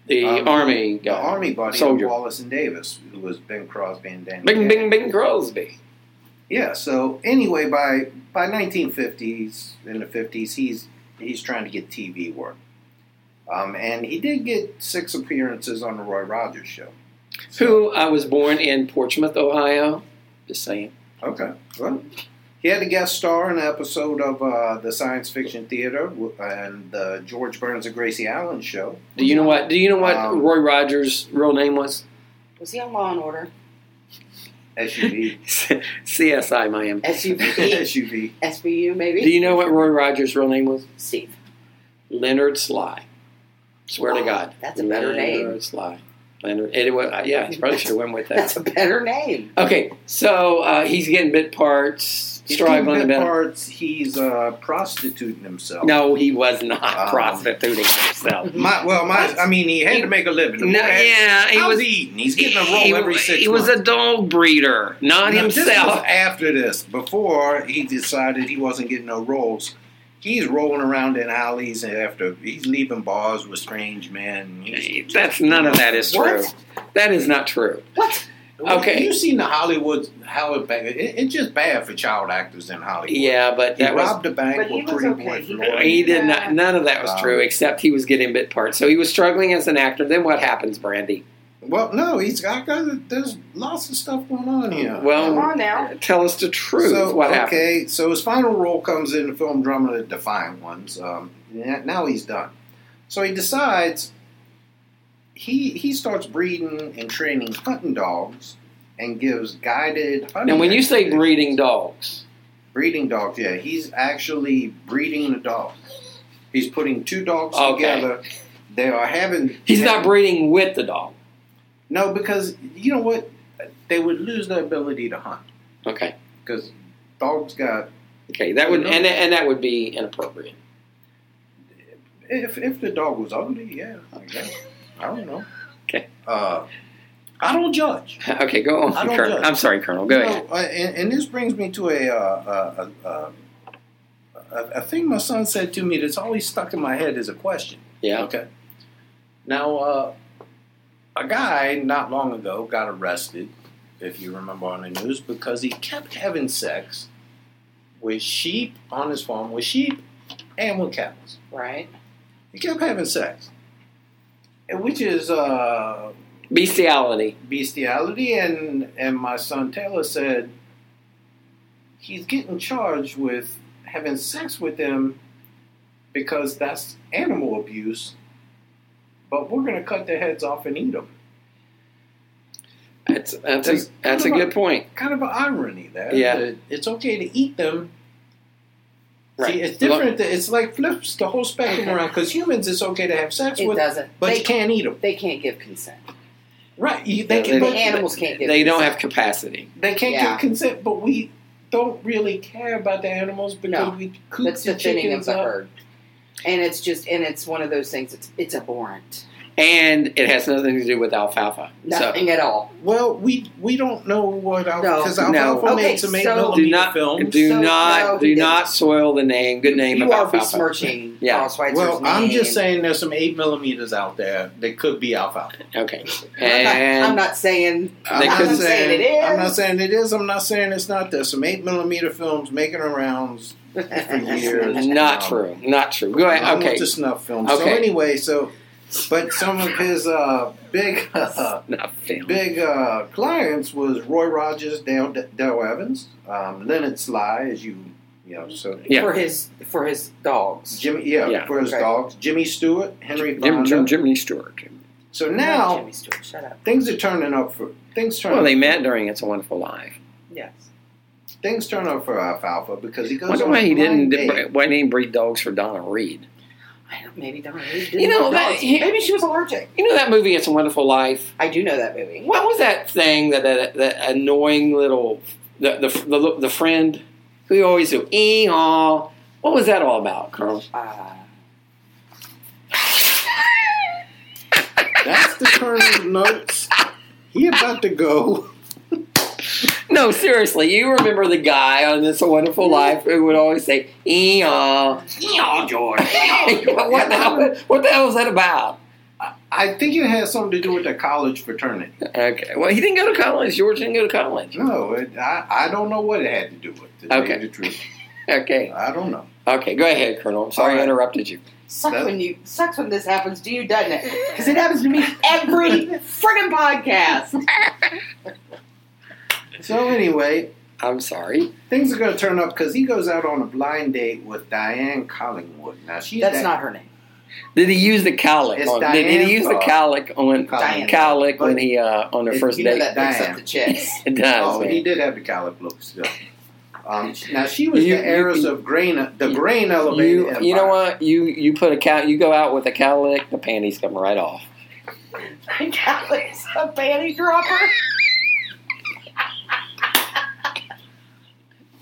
Speaker 3: the
Speaker 5: um,
Speaker 3: army
Speaker 5: the
Speaker 3: guy.
Speaker 5: army buddy
Speaker 3: soldier.
Speaker 5: of Wallace and Davis, who was Ben Crosby and Danny.
Speaker 3: Bing,
Speaker 5: Kaye.
Speaker 3: Bing, Bing Crosby.
Speaker 5: Yeah. So anyway, by by 1950s in the 50s, he's he's trying to get TV work, um, and he did get six appearances on the Roy Rogers Show.
Speaker 3: Who I was born in Portsmouth, Ohio. Just saying.
Speaker 5: Okay. Well, he had a guest star in an episode of uh, the Science Fiction Theater w- and the George Burns and Gracie Allen show.
Speaker 3: Do you know what? Do you know what
Speaker 5: Um,
Speaker 3: Roy Rogers' real name was?
Speaker 4: Was he on Law and Order?
Speaker 5: SUV.
Speaker 3: CSI Miami.
Speaker 4: SUV,
Speaker 5: SUV.
Speaker 4: SVU maybe.
Speaker 3: Do you know what Roy Rogers' real name was?
Speaker 4: Steve.
Speaker 3: Leonard Sly. Swear to
Speaker 4: Wow,
Speaker 3: God,
Speaker 4: that's a better
Speaker 3: Leonard
Speaker 4: name.
Speaker 3: Sly. Leonard. It was, yeah, he probably should have went with that.
Speaker 4: That's a better name.
Speaker 3: Okay, so uh, he's getting bit parts,
Speaker 5: He's
Speaker 3: struggling a
Speaker 5: doing
Speaker 3: bit.
Speaker 5: bit parts. He's uh, prostituting himself.
Speaker 3: No, he was not
Speaker 5: Um,
Speaker 3: prostituting himself.
Speaker 5: My, well, my, I mean, he had to make a living.
Speaker 3: No, yeah, he
Speaker 5: he
Speaker 3: was-
Speaker 5: was eating. He's getting a roll
Speaker 3: he,
Speaker 5: every six
Speaker 3: he
Speaker 5: months.
Speaker 3: was a dog breeder, not
Speaker 5: No, this was
Speaker 3: himself.
Speaker 5: after this, before he decided he wasn't getting no roles, he's rolling around in alleys and after he's leaving bars with strange men. He's-
Speaker 3: That's none of that is true.
Speaker 5: What?
Speaker 3: That is not true.
Speaker 5: What?
Speaker 3: Okay.
Speaker 5: you seen the Hollywood Howard Bank? It, it's just bad for child actors in Hollywood.
Speaker 3: Yeah, but
Speaker 5: he
Speaker 3: that was
Speaker 5: robbed a bank
Speaker 4: But he
Speaker 5: with
Speaker 4: was
Speaker 5: pretty
Speaker 4: okay.
Speaker 5: boy
Speaker 4: He
Speaker 5: Floyd.
Speaker 3: He did not. None of that was
Speaker 5: Wow.
Speaker 3: true, except he was getting bit parts. So he was struggling as an actor. Then what happens, Brandy?
Speaker 5: Well, no, he's got, got- there's lots of stuff going on here.
Speaker 4: Come
Speaker 3: Well,
Speaker 4: on now.
Speaker 3: tell us the truth.
Speaker 5: So,
Speaker 3: what happened?
Speaker 5: okay, so his final role comes in the film drama The Defiant Ones. Um, yeah, now he's done. So he decides he he starts breeding and training hunting dogs and gives guided hunting.
Speaker 3: And when you say
Speaker 5: activities.
Speaker 3: breeding dogs,
Speaker 5: breeding dogs, yeah, he's actually breeding the dogs. He's putting two dogs
Speaker 3: Okay.
Speaker 5: together. They are having.
Speaker 3: he's not breeding with the dog.
Speaker 5: No, because you know what? They would lose their ability to hunt
Speaker 3: Okay,
Speaker 5: because dogs got
Speaker 3: okay, that would and and that would be inappropriate.
Speaker 5: If if the dog was ugly, yeah, I guess. I don't know.
Speaker 3: Okay.
Speaker 5: Uh, I don't judge.
Speaker 3: Okay, go on,
Speaker 5: I don't
Speaker 3: Colonel.
Speaker 5: judge.
Speaker 3: I'm sorry, Colonel. Go
Speaker 5: You know,
Speaker 3: ahead.
Speaker 5: uh, and, and this brings me to a, uh, a, a, a a thing my son said to me that's always stuck in my head as a question.
Speaker 3: Yeah.
Speaker 5: Okay. Now, uh, a guy not long ago got arrested, if you remember on the news, because he kept having sex with sheep on his farm, with sheep and with cows.
Speaker 4: Right.
Speaker 5: He kept having sex, And which is uh,
Speaker 3: Bestiality.
Speaker 5: bestiality. And and my son Taylor said he's getting charged with having sex with them because that's animal abuse. But we're going to cut their heads off and eat them.
Speaker 3: That's that's a,
Speaker 5: That's-
Speaker 3: that's a good point.
Speaker 5: Kind of an irony there.
Speaker 3: Yeah.
Speaker 5: that it's okay to eat them.
Speaker 3: Right.
Speaker 5: See, it's different. It's like flips the whole spectrum around because humans, it's okay to have sex
Speaker 4: It
Speaker 5: with,
Speaker 4: doesn't.
Speaker 5: but
Speaker 4: They-
Speaker 5: you can't eat them.
Speaker 4: They can't give consent.
Speaker 5: Right. You, they
Speaker 3: They-
Speaker 5: can, but-
Speaker 4: Animals can't give.
Speaker 3: They don't
Speaker 4: consent.
Speaker 3: have capacity.
Speaker 5: They can't
Speaker 4: Yeah.
Speaker 5: give consent, but we don't really care about the animals because
Speaker 4: No.
Speaker 5: we coop
Speaker 4: That's
Speaker 5: the,
Speaker 4: the thinning of
Speaker 5: chickens
Speaker 4: the
Speaker 5: up.
Speaker 4: herd. And it's just, and it's one of those things. It's it's abhorrent.
Speaker 3: And it has nothing to do with alfalfa.
Speaker 4: Nothing at all.
Speaker 5: Well, we we don't know what our
Speaker 4: No.
Speaker 5: because
Speaker 3: No.
Speaker 5: alfalfa
Speaker 4: Okay,
Speaker 5: made some eight
Speaker 4: so-
Speaker 3: So do
Speaker 5: millimeter
Speaker 3: not
Speaker 5: films.
Speaker 3: do
Speaker 4: So,
Speaker 3: not
Speaker 4: no, he
Speaker 3: do
Speaker 4: didn't.
Speaker 3: not soil the name. Good name
Speaker 4: You
Speaker 3: of
Speaker 4: are
Speaker 3: alfalfa.
Speaker 4: besmirching
Speaker 3: Yeah.
Speaker 4: Carl Schweitzer's
Speaker 5: Well, I'm
Speaker 4: name.
Speaker 5: just saying there's some eight millimeters out there that could be alfalfa.
Speaker 3: Okay.
Speaker 4: I'm not,
Speaker 3: And
Speaker 4: I'm not saying.
Speaker 5: I'm
Speaker 4: I'm
Speaker 5: not
Speaker 4: not saying it is.
Speaker 5: I'm not saying it is. I'm not saying it's not. There's some eight millimeter films making arounds for years.
Speaker 3: Not
Speaker 5: Um,
Speaker 3: true. Not true. Go ahead.
Speaker 5: I
Speaker 3: Okay.
Speaker 5: want to snuff film. So
Speaker 3: Okay.
Speaker 5: anyway, so but some of his uh, big uh,
Speaker 3: Not film.
Speaker 5: big uh, clients was Roy Rogers, Dale, Dale Evans, um, Leonard Sly, as you you know, so
Speaker 3: Yeah.
Speaker 4: for his for his dogs.
Speaker 5: Jimmy, yeah,
Speaker 3: Yeah.
Speaker 5: for his
Speaker 4: Okay.
Speaker 5: dogs, Jimmy Stewart, Henry
Speaker 3: Jim,
Speaker 5: Fonda.
Speaker 3: Jim, Jimmy Stewart.
Speaker 5: So
Speaker 4: Not
Speaker 5: now
Speaker 4: Jimmy Stewart, shut up.
Speaker 5: things are turning up for things turn.
Speaker 3: Well,
Speaker 5: up,
Speaker 3: they met during It's a Wonderful Life.
Speaker 4: Yes.
Speaker 5: things turn up for Alfalfa because he goes.
Speaker 3: Wonder
Speaker 5: on
Speaker 3: why
Speaker 5: a
Speaker 3: he didn't.
Speaker 5: blind date.
Speaker 3: Why he didn't breed dogs for Donna Reed?
Speaker 4: I don't, maybe Donna Reed didn't
Speaker 3: You know,
Speaker 4: have
Speaker 3: that-
Speaker 4: dogs.
Speaker 3: he-
Speaker 4: maybe she was allergic.
Speaker 3: You know that movie, It's a Wonderful Life.
Speaker 4: I do know that movie.
Speaker 3: What was that thing that that, that annoying little the the the, the, friend who you always do ee aw. What was that all about, Colonel?
Speaker 4: Uh,
Speaker 5: That's the Colonel's notes. He about to go.
Speaker 3: No, seriously, you remember the guy on It's a Wonderful Life who would always say ee aw.
Speaker 5: Yeah, George.
Speaker 3: what, the hell, what the hell was that about?
Speaker 5: I think it has something to do with the college fraternity.
Speaker 3: Okay. Well, he didn't go to college. George didn't go to college.
Speaker 5: No, it, I, I don't know what it had to do with. To tell you
Speaker 3: Okay.
Speaker 5: the truth,
Speaker 3: Okay.
Speaker 5: I don't know.
Speaker 3: Okay. Go ahead, Colonel. I'm sorry I
Speaker 5: All right.
Speaker 3: interrupted you.
Speaker 4: sucks
Speaker 5: That-
Speaker 4: when you sucks when this happens to you, doesn't it? Because it happens to me every friggin' podcast.
Speaker 5: So anyway,
Speaker 3: I'm sorry.
Speaker 5: things are going to turn up because he goes out on a blind date with Diane Collingwood. Now she's
Speaker 4: That's
Speaker 5: that-
Speaker 4: not her name.
Speaker 3: Did he use the cowlick?
Speaker 4: It's
Speaker 3: On, did, did he
Speaker 4: Diane's
Speaker 3: use the
Speaker 5: fault.
Speaker 3: cowlick on
Speaker 4: Diane.
Speaker 3: cowlick when
Speaker 5: But-
Speaker 3: he uh, on her
Speaker 5: If
Speaker 3: first
Speaker 4: You know
Speaker 3: date?
Speaker 4: that picks up
Speaker 5: Damn.
Speaker 4: the chicks.
Speaker 3: It does.
Speaker 5: Oh,
Speaker 3: man.
Speaker 5: he did have the cowlick look still. Um, now she was
Speaker 3: You-
Speaker 5: the heiress
Speaker 3: you-
Speaker 5: of grain, the
Speaker 3: you-
Speaker 5: grain elevator.
Speaker 3: You, you know what? You you put a cow. You go out with a cowlick, the panties come right off.
Speaker 4: Alex, a panty dropper.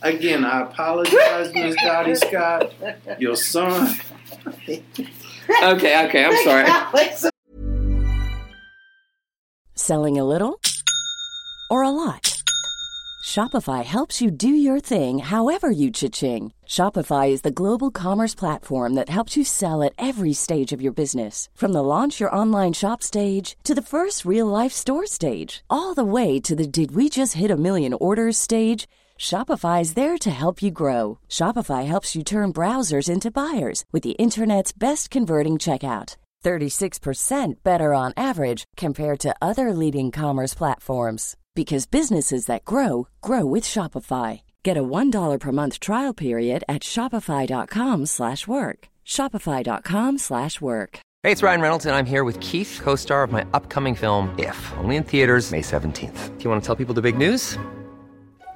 Speaker 5: Again, I apologize, Miss Dottie Scott. Your son.
Speaker 3: Okay, okay. I'm sorry.
Speaker 4: Alex, a
Speaker 6: Selling a little or a lot? Shopify helps you do your thing however you cha-ching. Shopify is the global commerce platform that helps you sell at every stage of your business. From the launch your online shop stage to the first real life store stage, all the way to the did we just hit a million orders stage. Shopify is there to help you grow. Shopify helps you turn browsers into buyers with the internet's best converting checkout. 36% better on average compared to other leading commerce platforms because businesses that grow grow with Shopify. Get a $1 per month trial period at shopify.com/work. slash work. shopify.com/work. slash work.
Speaker 1: Hey, it's Ryan Reynolds, and I'm here with Keith, co star of my upcoming film, If, only in theaters, May 17th. Do you want to tell people the big news?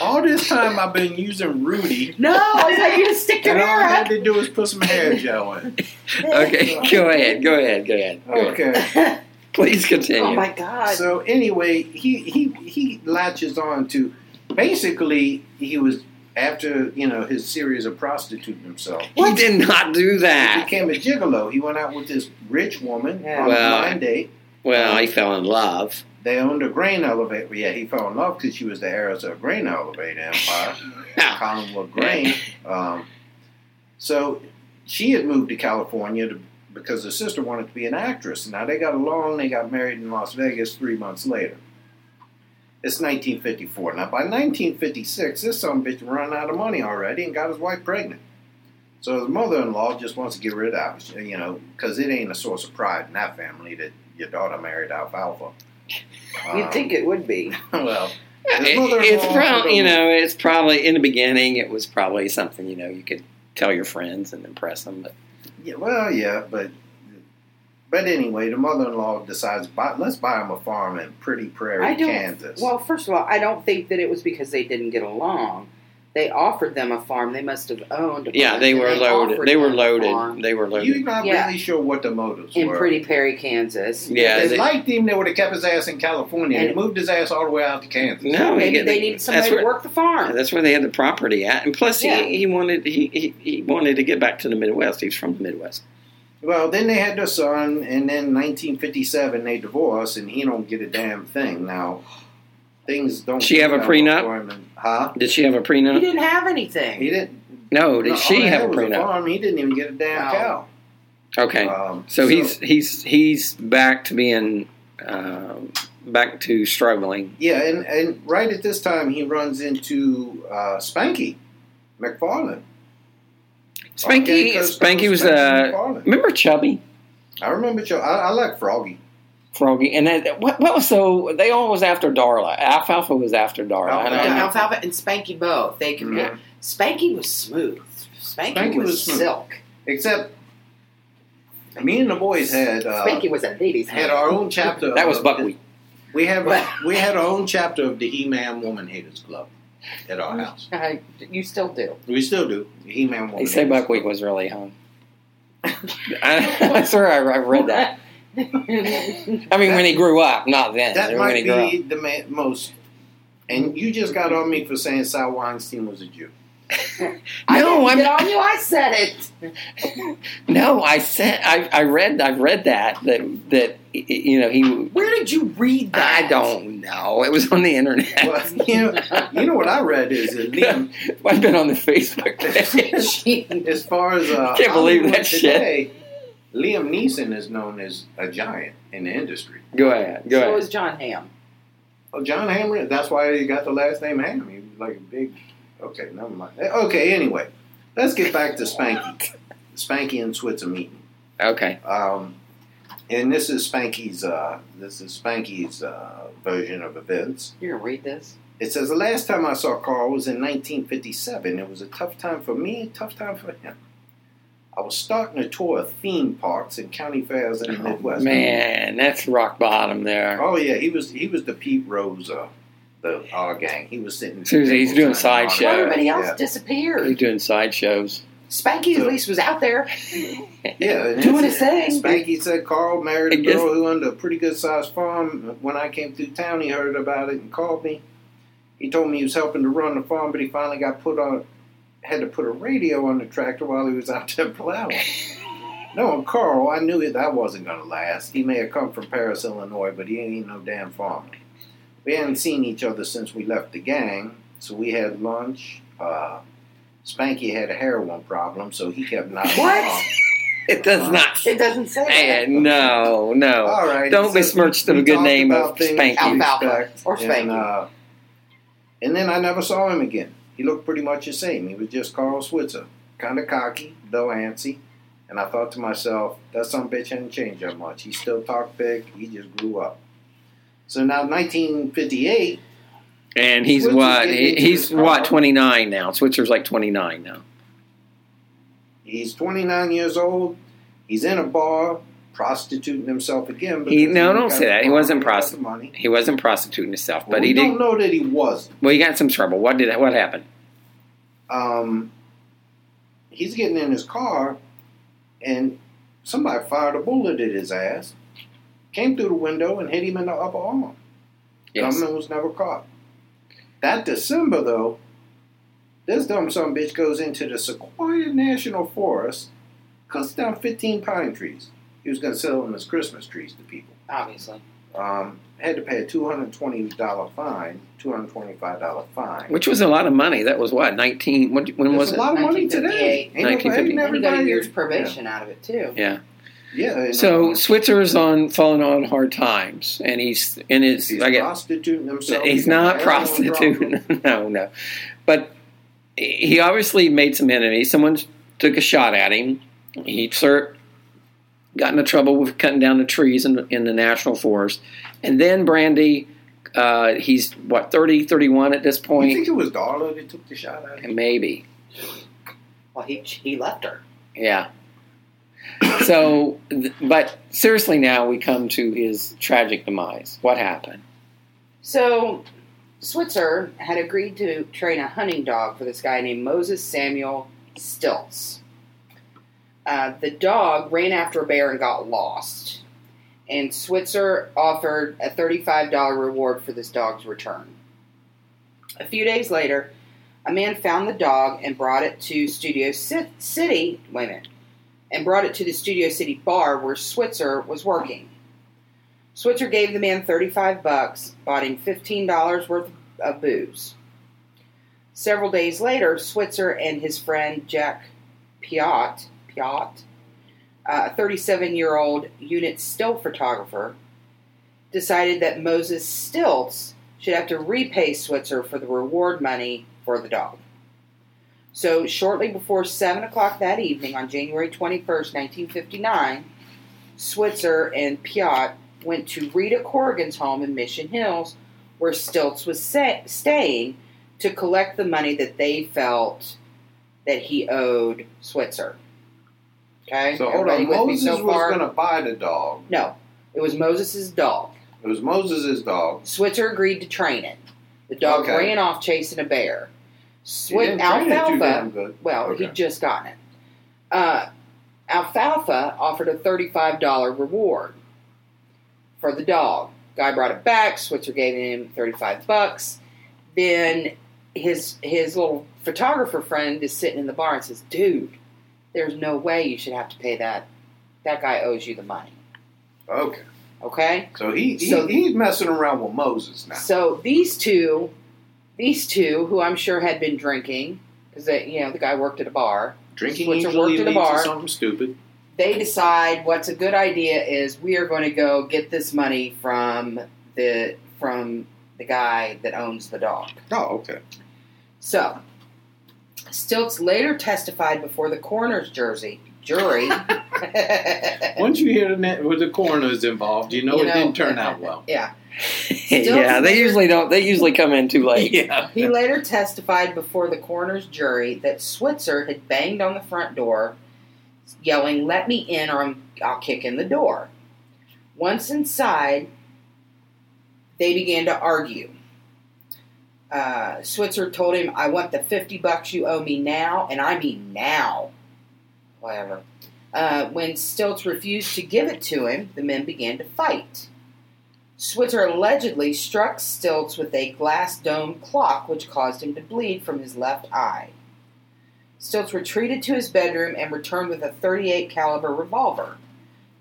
Speaker 5: All this time I've been using Rudy,
Speaker 4: No, I was like, you just stick your
Speaker 5: and all
Speaker 4: hair
Speaker 5: I had
Speaker 4: up.
Speaker 5: to do was put some hair gel in.
Speaker 3: Okay, go ahead. Go ahead. Go ahead. Go ahead.
Speaker 5: Okay.
Speaker 3: Please continue.
Speaker 4: Oh my God!
Speaker 5: So anyway, he he he latches on to basically he was after you know his series of prostituting himself.
Speaker 3: he did not do
Speaker 5: He
Speaker 3: that.
Speaker 5: became a gigolo. He went out with this rich woman on
Speaker 3: Well,
Speaker 5: a blind date.
Speaker 3: Well, he fell in love.
Speaker 5: They owned a grain elevator. Yeah, he fell in love because she was the heiress of a grain elevator empire, Collinwood Grain. Um, so she had moved to California to, because her sister wanted to be an actress. Now they got along. They got married in Las Vegas three months later. It's 1954. Now by 1956, this son of a bitch run out of money already and got his wife pregnant. So his mother-in-law just wants to get rid of, it, you know, because it ain't a source of pride in that family that your daughter married Alfalfa. Um,
Speaker 4: You'd think it would be.
Speaker 5: well, his mother-in-law
Speaker 3: It- It's probably
Speaker 5: could've-
Speaker 3: you know it's probably in the beginning it was probably something you know you could tell your friends and impress them, but
Speaker 5: Yeah, well, yeah, but but anyway, the mother-in-law decides buy, let's buy him a farm in Pretty Prairie,
Speaker 4: I don't.
Speaker 5: Kansas.
Speaker 4: Well, first of all, I don't think that it was because they didn't get along. They offered them a farm. They must have owned. A
Speaker 3: yeah,
Speaker 4: bunch,
Speaker 3: they
Speaker 4: and
Speaker 3: were loaded.
Speaker 4: offered
Speaker 3: They were
Speaker 4: them a
Speaker 3: loaded.
Speaker 4: farm
Speaker 3: They were
Speaker 5: you're
Speaker 3: loaded.
Speaker 5: not
Speaker 4: Yeah.
Speaker 5: really sure what the motives
Speaker 4: in
Speaker 5: were.
Speaker 4: Pretty Perry, Kansas.
Speaker 3: Yeah,
Speaker 5: if they
Speaker 3: they-
Speaker 5: liked him, they would have kept his ass in California.
Speaker 4: And-
Speaker 5: they moved his ass all the way out to Kansas.
Speaker 3: No,
Speaker 4: Maybe
Speaker 3: he-
Speaker 4: they needed somebody
Speaker 3: that's
Speaker 4: to
Speaker 3: where-
Speaker 4: work the farm.
Speaker 3: That's where they had the property at, and plus
Speaker 4: Yeah.
Speaker 3: he, he wanted he, he, he wanted to get back to the Midwest. He's from the Midwest.
Speaker 5: Well, then they had their son, and then 1957 they divorce, and he don't get a damn thing. Now things don't.
Speaker 3: She have a
Speaker 5: work out
Speaker 3: prenup?
Speaker 5: for him and- huh?
Speaker 3: Did she have a
Speaker 4: He
Speaker 3: prenup?
Speaker 4: didn't have
Speaker 5: He
Speaker 4: anything.
Speaker 5: didn't.
Speaker 3: No, did
Speaker 5: no, all
Speaker 3: she
Speaker 5: they
Speaker 3: have a
Speaker 5: had was
Speaker 3: prenup?
Speaker 5: farm. He didn't even get a damn
Speaker 4: Wow.
Speaker 5: cow.
Speaker 3: Okay,
Speaker 5: Um,
Speaker 3: so,
Speaker 5: so-
Speaker 3: he's he's he's back to being um back to struggling.
Speaker 5: Yeah, and, and right at this time, he runs into uh, Spanky McFarland.
Speaker 3: Spanky
Speaker 5: Okay, 'cause-
Speaker 3: Spanky was
Speaker 5: Spanky
Speaker 3: uh,
Speaker 5: McFarland.
Speaker 3: remember Chubby.
Speaker 5: I remember Joe. I, I like Froggy.
Speaker 3: Froggy, and then what, what was so? They all was after Darla. Alfalfa was after Darla. I
Speaker 5: Alfalfa.
Speaker 3: don't
Speaker 4: Yeah,
Speaker 3: know.
Speaker 4: Alfalfa and Spanky both. They could.
Speaker 5: Mhm.
Speaker 4: Spanky was smooth. Spanky,
Speaker 5: Spanky
Speaker 4: was,
Speaker 5: was smooth.
Speaker 4: silk.
Speaker 5: Except me and the boys had uh,
Speaker 4: Spanky was a lady's
Speaker 5: had
Speaker 4: man.
Speaker 5: our own chapter.
Speaker 3: That
Speaker 5: of-
Speaker 3: was Buckwheat.
Speaker 5: We had we had our own chapter of the He-Man Woman Haters Club at our house.
Speaker 4: I- Uh, you still do.
Speaker 5: We still do the He-Man Woman.
Speaker 3: They say
Speaker 5: Haters
Speaker 3: buckwheat was really hung. I, I swear I, I read that. I mean, when he grew up, not then.
Speaker 5: That
Speaker 3: when he
Speaker 5: might
Speaker 3: grew up.
Speaker 5: be the ma- most. And you just got on me for saying Sal Weinstein was a Jew.
Speaker 4: I
Speaker 3: No,
Speaker 4: didn't
Speaker 3: I'm-
Speaker 4: get on you. I said it.
Speaker 3: No, I said I, I read I read that that that y- y- you know he.
Speaker 4: Where did you read that?
Speaker 3: I don't know. It was on the internet.
Speaker 5: Well, you, know, you know what I read is that Liam
Speaker 3: I've been on the Facebook page.
Speaker 4: Gee.
Speaker 5: as far as uh,
Speaker 3: Can't believe
Speaker 5: Hollywood
Speaker 3: that shit.
Speaker 5: today, Liam Neeson is known as a giant in the industry.
Speaker 3: Go ahead. Go
Speaker 4: so
Speaker 3: ahead.
Speaker 4: is John Hamm.
Speaker 5: Oh, John Hammer. That's why he got the last name Hammer. He was like a big. Okay, never mind. Okay, anyway, let's get back to Spanky. Spanky and Switzer meeting.
Speaker 3: Okay.
Speaker 5: Um, and this is Spanky's. Uh, this is Spanky's uh, version of events.
Speaker 4: You're gonna read this?
Speaker 5: It says the last time I saw Carl was in 1957. It was a tough time for me, tough time for him. I was starting a tour of theme parks and county fairs in the Midwest.
Speaker 3: Oh, Man, that's rock bottom there.
Speaker 5: Oh yeah, he was he was the Pete Rose of the our gang. He was sitting.
Speaker 3: Seriously, he's doing sideshow.
Speaker 4: Well, everybody else
Speaker 5: Yeah.
Speaker 3: He's
Speaker 4: disappeared.
Speaker 3: doing sideshows.
Speaker 4: Spanky at
Speaker 5: So-
Speaker 4: least was out there.
Speaker 5: Yeah, and
Speaker 4: Doing
Speaker 5: that's
Speaker 4: his
Speaker 5: it.
Speaker 4: thing.
Speaker 5: Spanky said Carl married
Speaker 3: I
Speaker 5: a
Speaker 3: guess-
Speaker 5: girl who owned a pretty good sized farm. When I came through town, he heard about it and called me. He told me he was helping to run the farm, but he finally got put on, had to put a radio on the tractor while he was out there plowing. no, and Carl, I knew that wasn't going to last. He may have come from Paris, Illinois, but he ain't no damn farmer. We hadn't seen each other since we left the gang, so we had lunch. Uh, Spanky had a heroin problem, so he kept knocking
Speaker 4: What?
Speaker 5: off.
Speaker 3: It does not.
Speaker 4: It doesn't say
Speaker 3: Man,
Speaker 4: that.
Speaker 3: no, no.
Speaker 5: All right.
Speaker 3: Don't
Speaker 5: So
Speaker 3: besmirch the
Speaker 5: we
Speaker 3: good
Speaker 5: talked
Speaker 3: name
Speaker 5: about
Speaker 3: of
Speaker 5: things we
Speaker 3: Spanky.
Speaker 4: Alfalfa
Speaker 5: expect,
Speaker 4: or
Speaker 5: And,
Speaker 4: Spanky.
Speaker 5: uh, and then I never saw him again. He looked pretty much the same. He was just Carl Switzer, kind of cocky, though antsy. And I thought to myself, that some bitch hadn't changed that much. He still talked big. He just grew up. So now, 1958.
Speaker 3: And he's
Speaker 5: Switzer's
Speaker 3: what?
Speaker 5: getting
Speaker 3: He,
Speaker 5: into
Speaker 3: he's
Speaker 5: his
Speaker 3: what?
Speaker 5: prime.
Speaker 3: Twenty nine now. Switzer's like twenty nine now.
Speaker 5: He's 29 years old. He's in a bar, prostituting himself again.
Speaker 3: He-
Speaker 5: because
Speaker 3: no,
Speaker 5: ain't
Speaker 3: don't
Speaker 5: got
Speaker 3: say
Speaker 5: the
Speaker 3: that. He
Speaker 5: money,
Speaker 3: wasn't
Speaker 5: got the
Speaker 3: prosti-
Speaker 5: money.
Speaker 3: He wasn't prostituting himself, but
Speaker 5: we
Speaker 3: he
Speaker 5: don't
Speaker 3: did.
Speaker 5: know that he was.
Speaker 3: Well, he got in some trouble. What did? What happened?
Speaker 5: um, he's getting in his car, and somebody fired a bullet at his ass, came through the window and hit him in the upper arm.
Speaker 3: Yes.
Speaker 5: Gunman was never caught. That December, though, this dumb son bitch goes into the Sequoia National Forest, cuts down 15 pine trees. He was going to sell them as Christmas trees to people
Speaker 4: Obviously.
Speaker 5: um, had to pay a two hundred twenty dollar fine, two hundred twenty five dollar fine.
Speaker 3: Which was a lot of money. That was what nineteen. When, when
Speaker 5: That's
Speaker 3: was
Speaker 5: a
Speaker 3: it?
Speaker 5: lot of money today. Ain't nobody- ain't
Speaker 3: 1958.
Speaker 4: And he got a
Speaker 5: everybody-
Speaker 4: year's probation out of it too.
Speaker 3: Yeah.
Speaker 5: Yeah. and,
Speaker 3: So
Speaker 5: uh,
Speaker 3: Switzer's on falling on hard times, and he's in his.
Speaker 5: he's
Speaker 3: I guess
Speaker 5: prostituting himself.
Speaker 3: he's
Speaker 5: got
Speaker 3: not
Speaker 5: a heroin problem.
Speaker 3: prostituting. no, no. But he obviously made some enemies. Someone took a shot at him. He ser- got into trouble with cutting down the trees in, in the national forest. And then Brandy, uh, he's what, 30, 31 at this
Speaker 5: You think
Speaker 3: point?
Speaker 5: it was Darla that took the shot at him?
Speaker 3: Maybe.
Speaker 4: Well, he he left her.
Speaker 3: Yeah. So, th- but seriously, now we come to his tragic demise. What happened?
Speaker 4: So, Switzer had agreed to train a hunting dog for this guy named Moses Samuel Stilts. Uh, the dog ran after a bear and got lost, and Switzer offered a $35 reward for this dog's return. A few days later, a man found the dog and brought it to Studio Ci- City. Wait a minute. And brought it to the Studio City bar where Switzer was working. Switzer gave the man 35 bucks, bought him $15 worth of booze. Several days later, Switzer and his friend Jack Piot, Piot uh, a 37 year old unit still photographer, decided that Moses Stilts should have to repay Switzer for the reward money for the dog. So, shortly before 7 o'clock that evening, on January 21st, 1959, Switzer and Piot went to Rita Corrigan's home in Mission Hills, where Stilts was sa- staying, to collect the money that they felt that he owed Switzer. Okay,
Speaker 5: So hold
Speaker 4: Everybody
Speaker 5: on,
Speaker 4: with me
Speaker 5: Moses
Speaker 4: so far?
Speaker 5: was going to buy the dog.
Speaker 4: No, it was Moses' dog.
Speaker 5: It was Moses' dog.
Speaker 4: Switzer agreed to train it. The dog
Speaker 5: Okay.
Speaker 4: ran off chasing a bear.
Speaker 5: He
Speaker 4: Swit-
Speaker 5: didn't train it too damn
Speaker 4: Alfalfa.
Speaker 5: good.
Speaker 4: Well,
Speaker 5: Okay.
Speaker 4: he'd just gotten it. Uh, Alfalfa offered a thirty-five dollar reward for the dog. Guy brought it back. Switzer gave him thirty-five bucks. Then his his little photographer friend is sitting in the bar and says, "Dude, there's no way you should have to pay that. That guy owes you the money."
Speaker 5: Okay.
Speaker 4: Okay.
Speaker 5: So he, he
Speaker 4: So-
Speaker 5: he's messing around with Moses now.
Speaker 4: So these two, these two, who I'm sure had been drinking, because you know the guy worked at a bar.
Speaker 5: Drinking
Speaker 4: Switzer
Speaker 5: usually
Speaker 4: worked at a
Speaker 5: leads
Speaker 4: bar.
Speaker 5: to something stupid.
Speaker 4: they decide what's a good idea is we are going to go get this money from the from the guy that owns the dog.
Speaker 3: Oh, okay.
Speaker 4: So, Stilts later testified before the coroner's jersey jury.
Speaker 5: Once you hear the, na- well, the coroner's involved, you know
Speaker 4: You
Speaker 5: it
Speaker 4: know,
Speaker 5: didn't turn out well.
Speaker 4: yeah.
Speaker 3: yeah, they usually don't. They usually come in too late.
Speaker 5: Yeah.
Speaker 4: He later testified before the coroner's jury that Switzer had banged on the front door, yelling, Let me in or I'm, I'll kick in the door. Once inside, they began to argue. Uh, Switzer told him, I want the 50 bucks you owe me now, and I mean now. Whatever. Uh, when Stilts refused to give it to him, the men began to fight. Switzer allegedly struck Stilts with a glass dome clock, which caused him to bleed from his left eye. Stilts retreated to his bedroom and returned with a 38 caliber revolver.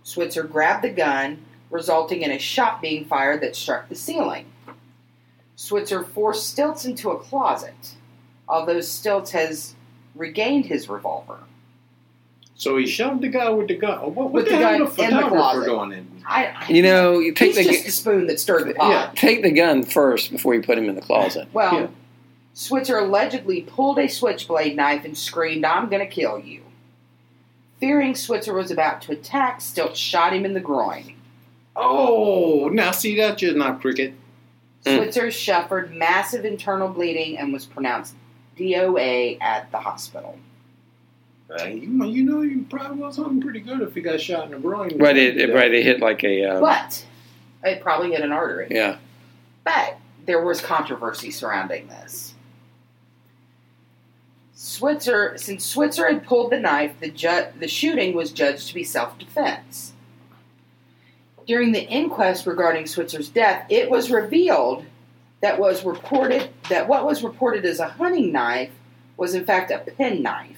Speaker 4: Switzer grabbed the gun, resulting in a shot being fired that struck the ceiling. Switzer forced Stilts into a closet, although Stilts has regained his revolver.
Speaker 5: So he shoved the guy with the gun. Oh, What, what
Speaker 4: With
Speaker 5: the,
Speaker 4: the
Speaker 5: hell
Speaker 4: guy
Speaker 5: the
Speaker 4: in the
Speaker 5: photographer
Speaker 4: closet.
Speaker 5: going in?
Speaker 4: I, I-
Speaker 7: You know, you take
Speaker 4: he's
Speaker 7: the
Speaker 4: just
Speaker 7: gu-
Speaker 4: the spoon that stirred the pot.
Speaker 7: Yeah, take the gun first before you put him in the closet.
Speaker 4: Well,
Speaker 5: Yeah.
Speaker 4: Switzer allegedly pulled a switchblade knife and screamed, I'm going to kill you. Fearing Switzer was about to attack, Stilt shot him in the groin.
Speaker 5: Oh, now see that's just not cricket.
Speaker 7: Mm.
Speaker 4: Switzer suffered massive internal bleeding and was pronounced DOA at the hospital.
Speaker 5: Uh, you, you know, you probably was something pretty good if he got shot in the groin.
Speaker 7: Right, it, it- right. It hit like a uh,
Speaker 4: But it probably hit an artery.
Speaker 7: yeah.
Speaker 4: But there was controversy surrounding this. Switzer, since Switzer had pulled the knife, the, ju- the shooting was judged to be self defense. During the inquest regarding Switzer's death, it was revealed that was reported that what was reported as a hunting knife was in fact a penknife,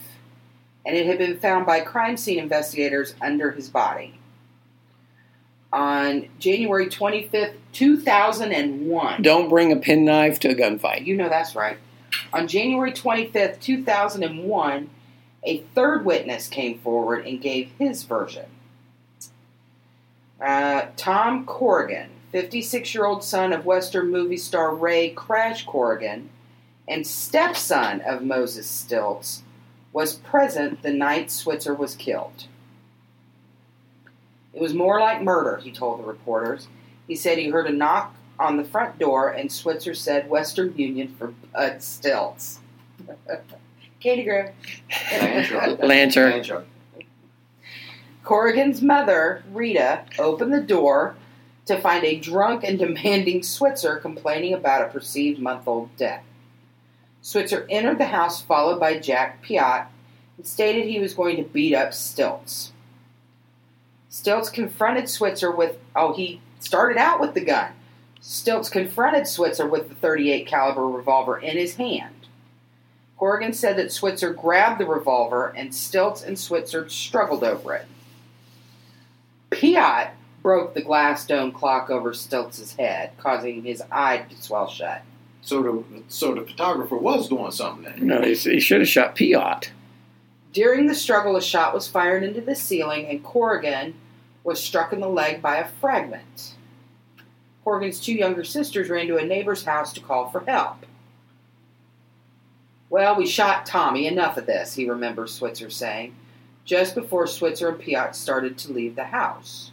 Speaker 4: and it had been found by crime scene investigators under his body on January 25th, 2001.
Speaker 7: Don't bring a penknife to a gunfight.
Speaker 4: You know that's right. On January 25th, 2001, a third witness came forward and gave his version. Uh, Tom Corrigan, 56 year old son of Western movie star Ray Crash Corrigan and stepson of Moses Stilts, was present the night Switzer was killed. It was more like murder, he told the reporters. He said he heard a knock on the front door, and Switzer said Western Union for Bud Stilts. Katie Graham.
Speaker 7: Lantern.
Speaker 4: Corrigan's mother, Rita, opened the door to find a drunk and demanding Switzer complaining about a perceived month old death. Switzer entered the house followed by Jack Piat and stated he was going to beat up Stilts. Stilts confronted Switzer with oh he started out with the gun. Stilts confronted Switzer with the 38 caliber revolver in his hand. Corrigan said that Switzer grabbed the revolver and Stilts and Switzer struggled over it. Piat broke the glass dome clock over Stilts' head, causing his eye to swell shut.
Speaker 5: So the so the photographer was doing something. Then.
Speaker 7: No, he, he should have shot Piot.
Speaker 4: During the struggle, a shot was fired into the ceiling, and Corrigan was struck in the leg by a fragment. Corrigan's two younger sisters ran to a neighbor's house to call for help. Well, we shot Tommy. Enough of this, he remembers Switzer saying, just before Switzer and Piat started to leave the house.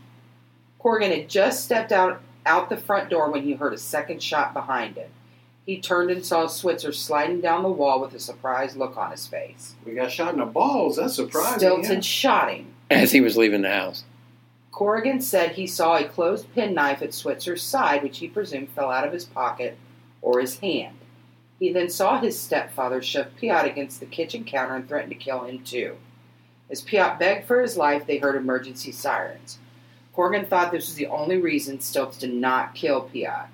Speaker 4: Corrigan had just stepped out, out the front door when he heard a second shot behind him. He turned and saw Switzer sliding down the wall with a surprised look on his face.
Speaker 5: We got shot in the balls. That's surprising.
Speaker 4: Stilton
Speaker 5: yeah.
Speaker 4: shot him.
Speaker 7: as he was leaving the house.
Speaker 4: Corrigan said he saw a closed penknife at Switzer's side, which he presumed fell out of his pocket or his hand. He then saw his stepfather shove Piot against the kitchen counter and threatened to kill him too. As Piot begged for his life, they heard emergency sirens. Corrigan thought this was the only reason Stilts did not kill Piot.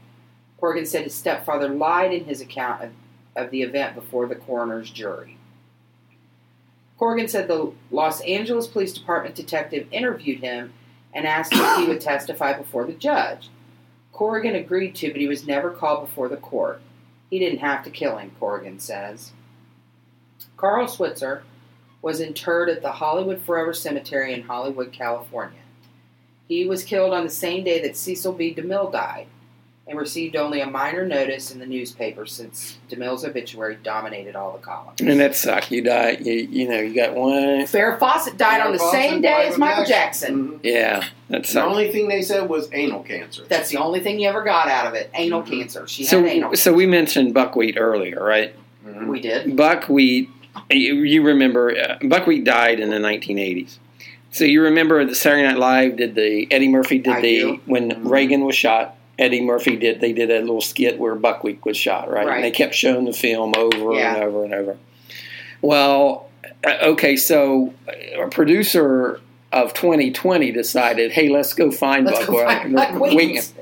Speaker 4: Corrigan said his stepfather lied in his account of, of the event before the coroner's jury. Corrigan said the Los Angeles Police Department detective interviewed him and asked if he would testify before the judge. Corrigan agreed to, but he was never called before the court. He didn't have to kill him, Corrigan says. Carl Switzer was interred at the Hollywood Forever Cemetery in Hollywood, California. He was killed on the same day that Cecil B. DeMille died and received only a minor notice in the newspaper since DeMille's obituary dominated all the columns.
Speaker 3: And that sucked. You die. You, you know, you got one.
Speaker 4: Farrah Fawcett died on the
Speaker 5: Michael
Speaker 4: same
Speaker 5: Jackson,
Speaker 4: day as Michael Jackson.
Speaker 5: Mhm.
Speaker 3: Yeah, that
Speaker 5: The
Speaker 3: sucked.
Speaker 5: only thing they said was anal cancer.
Speaker 4: That's the only thing you ever got out of it anal
Speaker 5: Mhm.
Speaker 4: cancer. She had
Speaker 3: So,
Speaker 4: anal
Speaker 3: so we mentioned buckwheat earlier, right?
Speaker 5: Mhm.
Speaker 4: We did.
Speaker 3: Buckwheat. You, you remember uh, Buckwheat died in the 1980s. So you remember the Saturday Night Live did the Eddie Murphy did
Speaker 4: I
Speaker 3: the
Speaker 4: do. Mm-hmm.
Speaker 3: when Reagan was shot. Eddie Murphy did. They did a little skit where Buckwheat was shot, right?
Speaker 4: Right.
Speaker 3: And they kept showing the film over
Speaker 4: Yeah.
Speaker 3: and over and over. Well, uh, okay, so a producer of 2020 decided, hey, let's go find
Speaker 4: Let's go
Speaker 3: Buckwheat.
Speaker 4: find Buckwheat.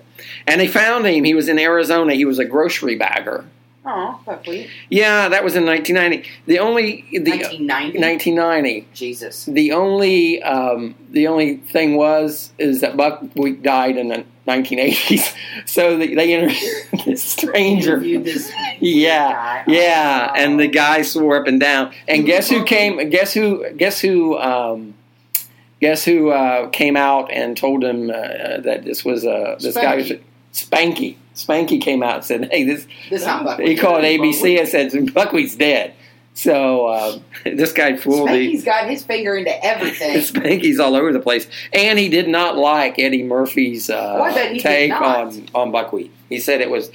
Speaker 3: And they found him. He was in Arizona. He was a grocery bagger.
Speaker 4: Aw, buckwheat.
Speaker 3: Yeah, that was in 1990. The only the
Speaker 4: 1990.
Speaker 3: 1990.
Speaker 4: uh, Jesus.
Speaker 3: The only um, the only thing was is that Buckwheat died in the 1980s. So they, they interviewed this stranger.
Speaker 4: Interviewed this
Speaker 3: yeah,
Speaker 4: guy.
Speaker 3: yeah,
Speaker 4: Oh.
Speaker 3: and the guy swore up and down. And guess who came? Guess who? Guess who? Um, guess who uh, came out and told him uh, that this was uh, this guy was
Speaker 4: Spanky.
Speaker 3: Spanky. Spanky came out and said, "Hey, this
Speaker 4: This not buckwheat.
Speaker 3: he called ABC and said Buckwheat's dead. So uh, this guy fooled
Speaker 4: Spanky's
Speaker 3: the
Speaker 4: got his finger into everything.
Speaker 3: Spanky's all over the place, and he did not like Eddie Murphy's uh,
Speaker 4: Oh, I bet he did
Speaker 3: take
Speaker 4: not.
Speaker 3: on on Buckwheat. He said it was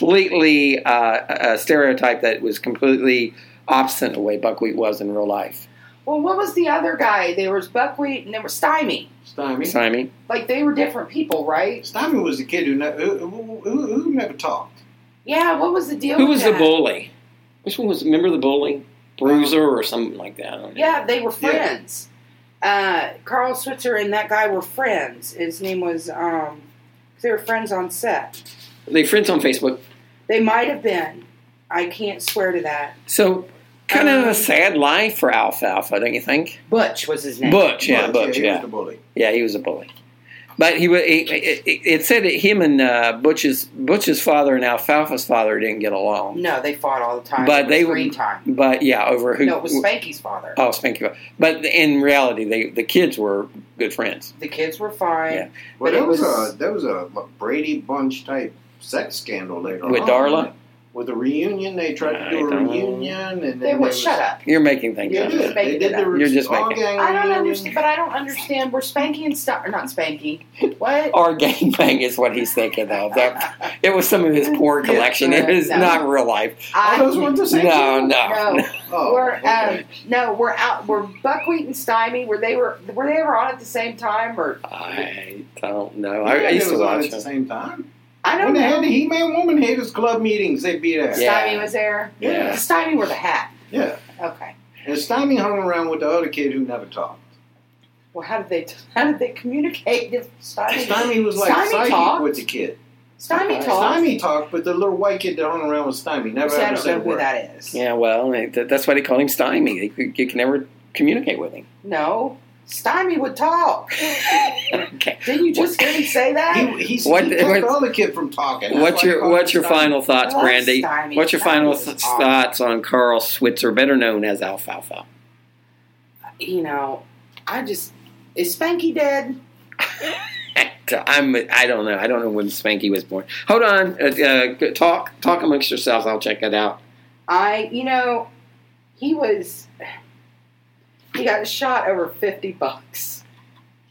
Speaker 3: completely uh, a stereotype that was completely opposite the way Buckwheat was in real life.
Speaker 4: Well, what was the other guy? There was Buckwheat and there was Stymie.
Speaker 5: Stymie.
Speaker 3: Simon,
Speaker 4: Like they were different people, right?
Speaker 5: Stymie was the kid who, ne- who, who, who, who never talked.
Speaker 4: Yeah. What was the deal?
Speaker 3: who
Speaker 4: with
Speaker 3: was the
Speaker 4: that?
Speaker 3: bully? Which one was? Remember the bully, Bruiser, or something like that? I don't know.
Speaker 4: Yeah, they were
Speaker 5: Yeah.
Speaker 4: friends. Uh, Carl Switzer and that guy were friends. His name was. Um, they were friends on set.
Speaker 3: they friends on Facebook.
Speaker 4: They might have been. I can't swear to that.
Speaker 3: So kind of
Speaker 4: Um,
Speaker 3: a sad life for Alfalfa, don't you think?
Speaker 4: Butch was his name.
Speaker 3: Butch, yeah, Butch,
Speaker 5: he was
Speaker 3: yeah,
Speaker 5: the bully.
Speaker 3: yeah, he was a bully. But he, wa- he it, it- it said that him and uh, Butch's Butch's father and Alfalfa's father didn't get along.
Speaker 4: No, they fought all the time.
Speaker 3: But
Speaker 4: It was
Speaker 3: they were-
Speaker 4: screen time.
Speaker 3: But yeah, over who?
Speaker 4: No, it was Spanky's father.
Speaker 3: oh, Spanky. But in reality, they the kids were good friends.
Speaker 4: The kids were fine.
Speaker 3: Yeah.
Speaker 4: But
Speaker 5: Well, there
Speaker 4: it
Speaker 5: was,
Speaker 4: was-
Speaker 5: a there was a Brady Bunch type sex scandal later
Speaker 3: With
Speaker 5: on,
Speaker 3: Darla?
Speaker 5: With a reunion, they tried
Speaker 3: I
Speaker 5: to do a
Speaker 3: don't-
Speaker 5: reunion, and then
Speaker 4: They
Speaker 5: there
Speaker 4: would
Speaker 5: was,
Speaker 4: shut up.
Speaker 3: You're making things
Speaker 5: Yeah,
Speaker 3: up.
Speaker 4: You're just
Speaker 5: they
Speaker 4: making
Speaker 5: did
Speaker 4: it
Speaker 5: the
Speaker 4: up.
Speaker 3: You're just
Speaker 5: all
Speaker 3: making-
Speaker 5: gang
Speaker 4: I don't
Speaker 5: reunion.
Speaker 4: understand, but I don't understand where Spanky and Star not Spanky. What?
Speaker 3: Our gangbang is what he's thinking of. That, it was some of his poor collection. It is
Speaker 4: No.
Speaker 3: not real life.
Speaker 4: I,
Speaker 5: All Oh, those ones the same.
Speaker 3: No,
Speaker 5: thing?
Speaker 3: no,
Speaker 4: no.
Speaker 5: Oh,
Speaker 4: we're
Speaker 5: okay.
Speaker 4: um, no, we're out. We're buckwheat and stymie. Were they were were they ever on at the same time or
Speaker 3: I don't know. I,
Speaker 5: Yeah,
Speaker 3: I
Speaker 5: they
Speaker 3: used to
Speaker 5: was on
Speaker 3: watch
Speaker 5: at the
Speaker 3: him.
Speaker 5: same time.
Speaker 4: uh, I
Speaker 5: When
Speaker 4: don't
Speaker 5: they
Speaker 4: know.
Speaker 5: had the He-Man Woman Haters Club meetings, they'd be there.
Speaker 3: Yeah.
Speaker 4: Stymie was there.
Speaker 5: Yeah.
Speaker 4: Stymie wore the hat.
Speaker 5: Yeah.
Speaker 4: Okay.
Speaker 5: And Stymie hung around with the other kid who never talked.
Speaker 4: Well, how did they how did they communicate? If Stymie,
Speaker 5: Stymie was like
Speaker 4: Stymie
Speaker 5: psychic
Speaker 4: talked.
Speaker 5: with the kid. Uh,
Speaker 4: Stymie talked.
Speaker 5: Stymie talked, but the little white kid that hung around with Stymie never
Speaker 4: See, I
Speaker 5: ever
Speaker 4: don't
Speaker 5: said
Speaker 4: know
Speaker 5: a
Speaker 4: who
Speaker 5: word.
Speaker 4: that is.
Speaker 3: Yeah, well, it- that- that's why they call him Stymie. You, could- you can never communicate with him.
Speaker 4: No, Stymie would talk.
Speaker 3: Okay.
Speaker 4: Didn't you just hear me say that?
Speaker 5: He, he,
Speaker 3: What-
Speaker 5: he kept
Speaker 3: what-
Speaker 5: the other kid from talking. That's
Speaker 3: What's
Speaker 5: why they
Speaker 3: your
Speaker 5: call
Speaker 3: What's
Speaker 5: him
Speaker 3: your
Speaker 5: Stymie.
Speaker 3: final thoughts,
Speaker 4: I love
Speaker 3: Brandy?
Speaker 4: Stymie.
Speaker 3: What's your
Speaker 4: Stymie
Speaker 3: final
Speaker 4: is
Speaker 3: th-
Speaker 4: awesome.
Speaker 3: thoughts on Carl Switzer, better known as Alfalfa?
Speaker 4: You know, I just is Spanky dead?
Speaker 3: I'm I don't know. I don't know when Spanky was born. Hold on. Uh, uh, talk talk amongst yourselves. I'll check it out.
Speaker 4: I, you know, he was, he got shot over 50 bucks.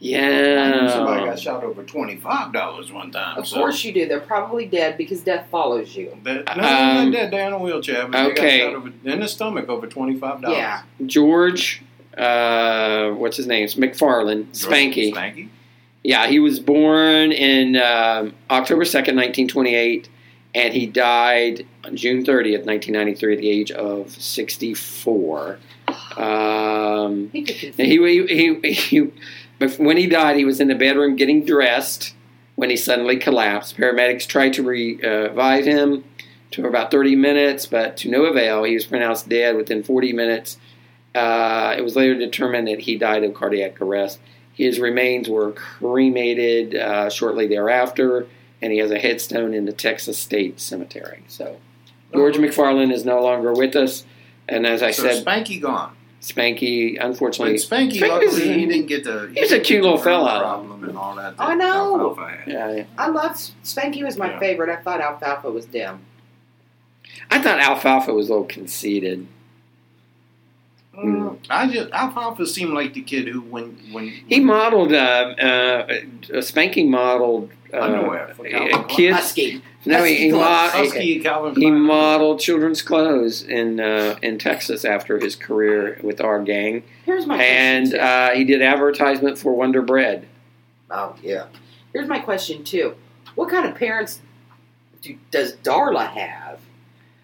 Speaker 3: uh,
Speaker 5: I knew Somebody
Speaker 3: Yeah.
Speaker 5: got shot over twenty five dollars one time.
Speaker 4: Of
Speaker 5: so.
Speaker 4: course you do. They're probably dead because death follows you.
Speaker 5: That,
Speaker 3: Um,
Speaker 5: no, not that. They're in a wheelchair,
Speaker 3: okay.
Speaker 5: but they got shot over, in the stomach over twenty five dollars.
Speaker 4: Yeah.
Speaker 3: George, uh, what's his name? It's McFarland. Spanky.
Speaker 5: Spanky.
Speaker 3: Yeah, he was born in um, October 2nd, 1928, and he died on June 30th, 1993, at the age of 64. Um,
Speaker 4: He could confuse
Speaker 3: and he, he, he, he, but when he died, he was in the bedroom getting dressed when he suddenly collapsed. Paramedics tried to re- uh, revive him for about 30 minutes, but to no avail. He was pronounced dead within 40 minutes. Uh, it was later determined that he died of cardiac arrest. His remains were cremated uh, shortly thereafter, and he has a headstone in the Texas State Cemetery. So George McFarland is no longer with us, and as I
Speaker 5: so
Speaker 3: said,
Speaker 5: Spanky gone.
Speaker 3: Spanky,
Speaker 5: But
Speaker 3: unfortunately,
Speaker 5: Spanky,
Speaker 3: Spanky was-
Speaker 5: luckily, he didn't get the. he
Speaker 3: was a
Speaker 5: didn't
Speaker 3: cute
Speaker 5: get the
Speaker 3: little
Speaker 5: burn
Speaker 3: fella.
Speaker 5: Problem and all that. that
Speaker 4: I know.
Speaker 5: Alfalfa had.
Speaker 3: yeah, yeah.
Speaker 4: I loved Spanky was my
Speaker 5: Yeah.
Speaker 4: favorite. I thought Alfalfa was dim.
Speaker 3: I thought Alfalfa was a little conceited. Mm.
Speaker 5: I just Alfalfa seemed like the kid who when when
Speaker 3: He modeled uh, uh, a spanking modeled uh,
Speaker 5: Underwear for Calvin
Speaker 3: uh,
Speaker 5: Klein.
Speaker 3: kids.
Speaker 4: Husky.
Speaker 3: No, he, he,
Speaker 5: Husky
Speaker 3: mo-
Speaker 5: Husky
Speaker 3: he,
Speaker 5: and Calvin
Speaker 3: he
Speaker 5: Klein.
Speaker 3: modeled children's clothes in uh, in Texas after his career with our gang,
Speaker 4: Here's
Speaker 5: Oh,
Speaker 4: my
Speaker 3: and
Speaker 4: question, too.
Speaker 3: uh, he did advertisement for Wonder Bread.
Speaker 4: oh yeah. Here's my question too. What kind of parents do, does Darla have?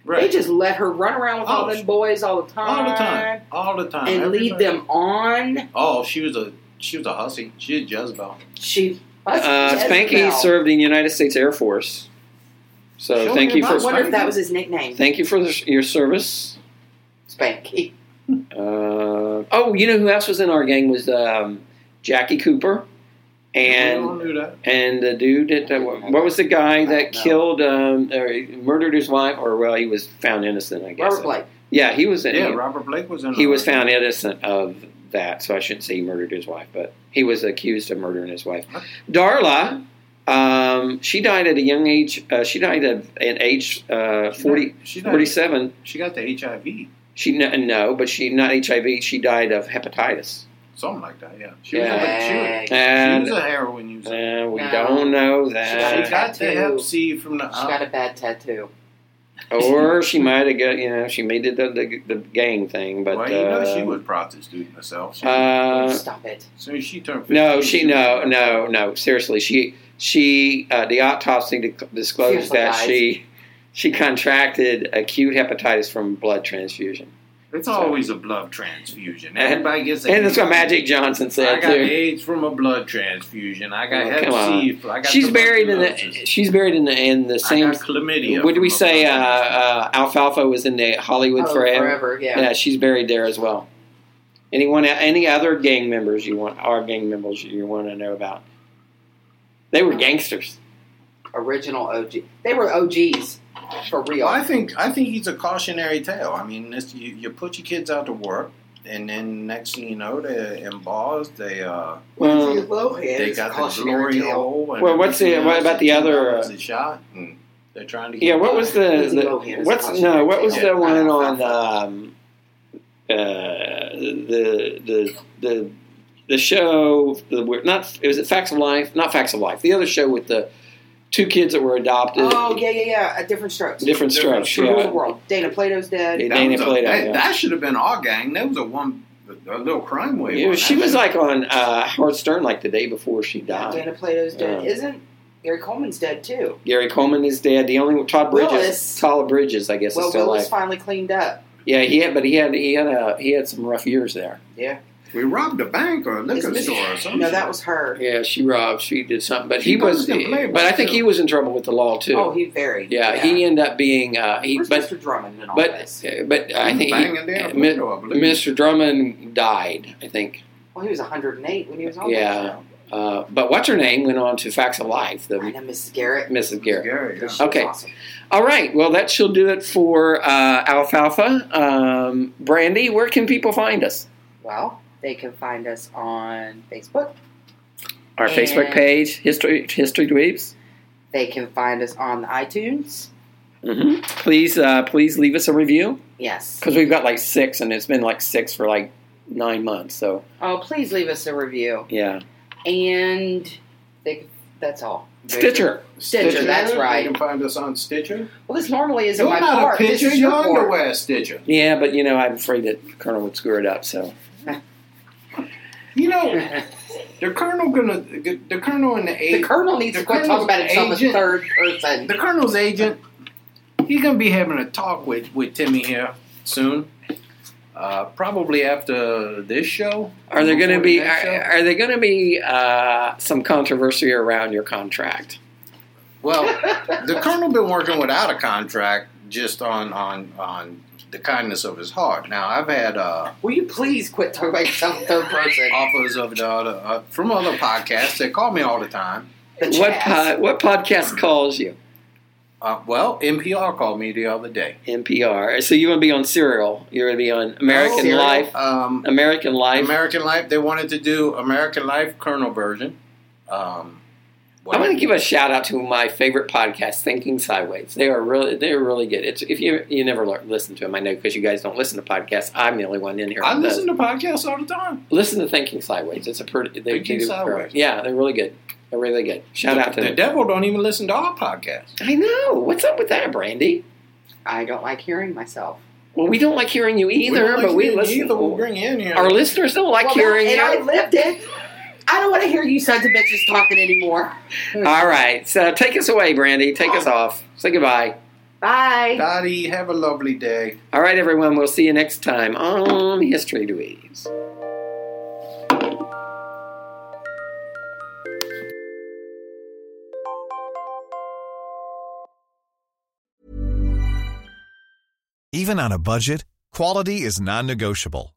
Speaker 4: They
Speaker 5: right.
Speaker 4: just let her run around with all
Speaker 5: Oh,
Speaker 4: them boys all the time,
Speaker 5: all the time, all the time,
Speaker 4: and
Speaker 5: Every
Speaker 4: lead
Speaker 5: time.
Speaker 4: them on.
Speaker 5: Oh, she was a she was a hussy. She was Jezebel.
Speaker 4: She
Speaker 3: Uh, Spanky served in the United States Air Force, so
Speaker 5: Show
Speaker 3: thank
Speaker 5: me
Speaker 3: you
Speaker 5: your
Speaker 3: for
Speaker 4: I wonder
Speaker 5: Spanky.
Speaker 4: if that was his nickname.
Speaker 3: thank you for the, your service.
Speaker 4: Spanky.
Speaker 3: Uh, oh, you know who else was in our gang was um, Jackie Cooper and.
Speaker 5: we all knew that.
Speaker 3: And the dude that, that what was the guy that killed um, or he murdered his wife, or well, he was found innocent, I guess.
Speaker 4: Robert Blake.
Speaker 3: Yeah, he was. In,
Speaker 5: Yeah,
Speaker 3: he,
Speaker 5: Robert Blake was in.
Speaker 3: he
Speaker 5: on
Speaker 3: was
Speaker 5: that.
Speaker 3: found innocent of that, so I shouldn't say he murdered his wife, but he was accused of murdering his wife. Darla, um, she died at a young age. Uh, she died at an age uh,
Speaker 5: She
Speaker 3: 40,
Speaker 5: died- she died-
Speaker 3: 47.
Speaker 5: She got the HIV,
Speaker 3: She no, no, but she not HIV. She died of hepatitis,
Speaker 5: something like that. Yeah, she was.
Speaker 3: Yeah.
Speaker 5: A, she was- she
Speaker 3: and
Speaker 5: was a heroin user.
Speaker 3: uh, we
Speaker 4: No.
Speaker 3: don't know
Speaker 5: she
Speaker 3: that.
Speaker 5: got,
Speaker 4: Uh,
Speaker 5: the
Speaker 4: tattoo.
Speaker 5: Hep C from the.
Speaker 4: She got a bad tattoo.
Speaker 3: or she might have got you know she made it the, the, the gang thing, but
Speaker 5: well, you know
Speaker 3: uh,
Speaker 5: she was prostituting herself. She,
Speaker 3: Uh,
Speaker 4: Stop it.
Speaker 5: so she turned. 15,
Speaker 3: no, she no
Speaker 5: was-
Speaker 3: no no seriously she she uh, the autopsy dic- disclosed
Speaker 4: Seriously,
Speaker 3: that
Speaker 4: guys.
Speaker 3: she she contracted acute hepatitis from blood transfusion,
Speaker 5: It's always a blood transfusion. Everybody gets.
Speaker 3: and that's what
Speaker 5: AIDS.
Speaker 3: Magic Johnson
Speaker 5: I
Speaker 3: said
Speaker 5: got
Speaker 3: too.
Speaker 5: AIDS from a blood transfusion. I got
Speaker 3: Oh,
Speaker 5: Hep
Speaker 3: come on.
Speaker 5: C. I got
Speaker 3: She's buried in the
Speaker 5: tuberculosis.
Speaker 3: she's buried in the in the
Speaker 5: I
Speaker 3: same.
Speaker 5: got chlamydia.
Speaker 3: What did we
Speaker 5: from a
Speaker 3: say? Uh,
Speaker 5: blood
Speaker 3: uh, Alfalfa was in the Hollywood
Speaker 4: Oh,
Speaker 3: forever.
Speaker 4: yeah.
Speaker 3: Yeah, she's buried there as well. Anyone, any other gang members you want, our gang members you want to know about? They were gangsters.
Speaker 4: Original OG. They were OGs for real.
Speaker 5: Well, I think I think he's a cautionary tale. I mean, this, you, you put your kids out to work, and then next thing you know, they're in bars. They uh,
Speaker 3: Well,
Speaker 5: they got the glory hole. and
Speaker 3: Well, what's the-
Speaker 5: everything
Speaker 3: what
Speaker 5: else,
Speaker 3: about the
Speaker 5: and
Speaker 3: other,
Speaker 5: $10
Speaker 3: uh,
Speaker 5: a shot? And they're trying to. Get
Speaker 3: yeah. What was the,
Speaker 4: Lindsay
Speaker 3: the
Speaker 4: Lohan is
Speaker 3: what's
Speaker 4: a
Speaker 3: no? What was the
Speaker 4: cautionary
Speaker 3: one
Speaker 4: tale.
Speaker 3: on um, uh, the the the the show? The we're not it was it Facts of Life? Not Facts of Life. The other show with the two kids that were adopted.
Speaker 4: Oh yeah, yeah, yeah. A different strokes.
Speaker 3: different strokes.
Speaker 4: Rules
Speaker 3: yeah.
Speaker 4: the world. Dana Plato's dead.
Speaker 3: It-
Speaker 5: That,
Speaker 3: Dana
Speaker 5: was a-
Speaker 3: Plato,
Speaker 5: that,
Speaker 3: yeah.
Speaker 5: that should have been our gang. That was a one a little crime wave.
Speaker 3: Yeah,
Speaker 5: on
Speaker 3: she
Speaker 5: that.
Speaker 3: was like on uh, Howard Stern like the day before she
Speaker 4: Yeah,
Speaker 3: died.
Speaker 4: Dana Plato's dead.
Speaker 3: Yeah.
Speaker 4: Isn't Gary Coleman's dead too?
Speaker 3: Gary Coleman is dead. The only Todd Bridges,
Speaker 4: Willis.
Speaker 3: Todd Bridges, I guess,
Speaker 4: well,
Speaker 3: is still
Speaker 4: Willis
Speaker 3: alive.
Speaker 4: finally cleaned up.
Speaker 3: Yeah, he had, but he had, he had a, he had some rough years there.
Speaker 4: Yeah.
Speaker 5: We robbed a bank or a liquor
Speaker 4: Is Miss-
Speaker 5: store or something.
Speaker 4: No, that was her.
Speaker 3: Yeah, she robbed, she did something, but
Speaker 5: She
Speaker 3: he was,
Speaker 5: wasn't playing
Speaker 3: but I think
Speaker 5: too.
Speaker 3: he was in trouble with the law too.
Speaker 4: Oh, he very.
Speaker 3: yeah, he ended up being, uh, he,
Speaker 4: Where's
Speaker 3: but,
Speaker 4: Mr. Drummond and all
Speaker 3: but,
Speaker 4: this?
Speaker 3: but I think
Speaker 5: Banging
Speaker 3: he,
Speaker 5: down a
Speaker 3: Mi-
Speaker 5: window, I believe.
Speaker 3: Mr. Drummond died, I think.
Speaker 4: Well, he was 108 when he was on.
Speaker 3: Yeah, uh, but what's her name went on to Facts of Life,
Speaker 4: I
Speaker 3: the
Speaker 4: know Mrs. Garrett.
Speaker 3: Mrs. Garrett.
Speaker 5: Gary, yeah.
Speaker 4: She was
Speaker 3: Okay.
Speaker 4: awesome.
Speaker 3: All right. Well, that she'll do it for uh, Alfalfa. Um, Brandy, where can people find us?
Speaker 4: Well, they can find us on Facebook.
Speaker 3: Our
Speaker 4: And-
Speaker 3: Facebook page, History History Dweebs.
Speaker 4: They can find us on the iTunes.
Speaker 5: Mm-hmm.
Speaker 3: hmm Please, uh, please leave us a review
Speaker 4: Yes.
Speaker 3: because we've got like six, and it's been like six for like nine months. So
Speaker 4: Oh, please leave us a review.
Speaker 3: yeah,
Speaker 4: And they, that's all.
Speaker 3: Stitcher.
Speaker 4: Stitcher. That's
Speaker 5: You
Speaker 4: right.
Speaker 5: can find us on Stitcher.
Speaker 4: Well, this normally isn't
Speaker 5: You're
Speaker 4: my
Speaker 5: not
Speaker 4: part.
Speaker 5: a pitcher,
Speaker 4: this is your
Speaker 5: you're
Speaker 4: part.
Speaker 5: underwear Stitcher.
Speaker 3: Yeah, but you know, I'm afraid that Colonel would screw it up. So
Speaker 5: You know, the colonel gonna the colonel and the
Speaker 4: The
Speaker 5: agent.
Speaker 4: colonel needs
Speaker 5: The
Speaker 4: to quit talking about himself
Speaker 5: colonel's
Speaker 4: as third person.
Speaker 5: the colonel's agent. He's gonna be having a talk with with Timmy here soon. Uh, probably after this show.
Speaker 3: are there going to
Speaker 5: Before
Speaker 3: be
Speaker 5: the
Speaker 3: are,
Speaker 5: next show.
Speaker 3: are there going to be uh, some controversy around your contract?
Speaker 5: well, the colonel been working without a contract, just on on on the kindness of his heart. Now I've had. Uh,
Speaker 4: Will you please quit talking about yourself as third person?
Speaker 5: offers of the other, uh, from other podcasts. They call me all the time.
Speaker 4: The
Speaker 3: What
Speaker 4: Chaz.
Speaker 3: pod, what podcast calls you?
Speaker 5: Uh, well, NPR called me the other day.
Speaker 3: NPR. So you want to be on Serial? You're going to be on American
Speaker 5: Serial,
Speaker 3: Life.
Speaker 5: Um,
Speaker 3: American Life.
Speaker 5: American Life. They wanted to do American Life Colonel version. Um,
Speaker 3: I'm going to give a shout out to my favorite podcast, Thinking Sideways. They are really, they are really good. It's if you you never lear- listen to them, I know because you guys don't listen to podcasts. I'm the only one in here.
Speaker 5: I
Speaker 3: who does.
Speaker 5: listen to podcasts all the time.
Speaker 3: listen to Thinking Sideways. It's a pretty. They,
Speaker 5: Thinking
Speaker 3: they do-
Speaker 5: Sideways.
Speaker 3: Yeah, they're really good. They're really good. Shout out to
Speaker 5: the
Speaker 3: them.
Speaker 5: devil. Don't even listen to our podcasts.
Speaker 3: I know. What's up with that, Brandy?
Speaker 4: I don't like hearing myself.
Speaker 3: Well, we don't like hearing you either,
Speaker 5: don't
Speaker 3: but
Speaker 5: like
Speaker 3: we
Speaker 5: you
Speaker 3: listen.
Speaker 5: Either we'll bring you in here.
Speaker 3: Our listeners don't like
Speaker 4: Well,
Speaker 3: hearing
Speaker 4: and
Speaker 3: you.
Speaker 4: I lived it. I don't want to hear you sons of bitches talking anymore.
Speaker 3: All right, so take us away, Brandy. Take us off. Say goodbye.
Speaker 4: Bye.
Speaker 5: Dottie, have a lovely day.
Speaker 3: All right, everyone. We'll see you next time on History Dweebs.
Speaker 8: Even on a budget, quality is non-negotiable.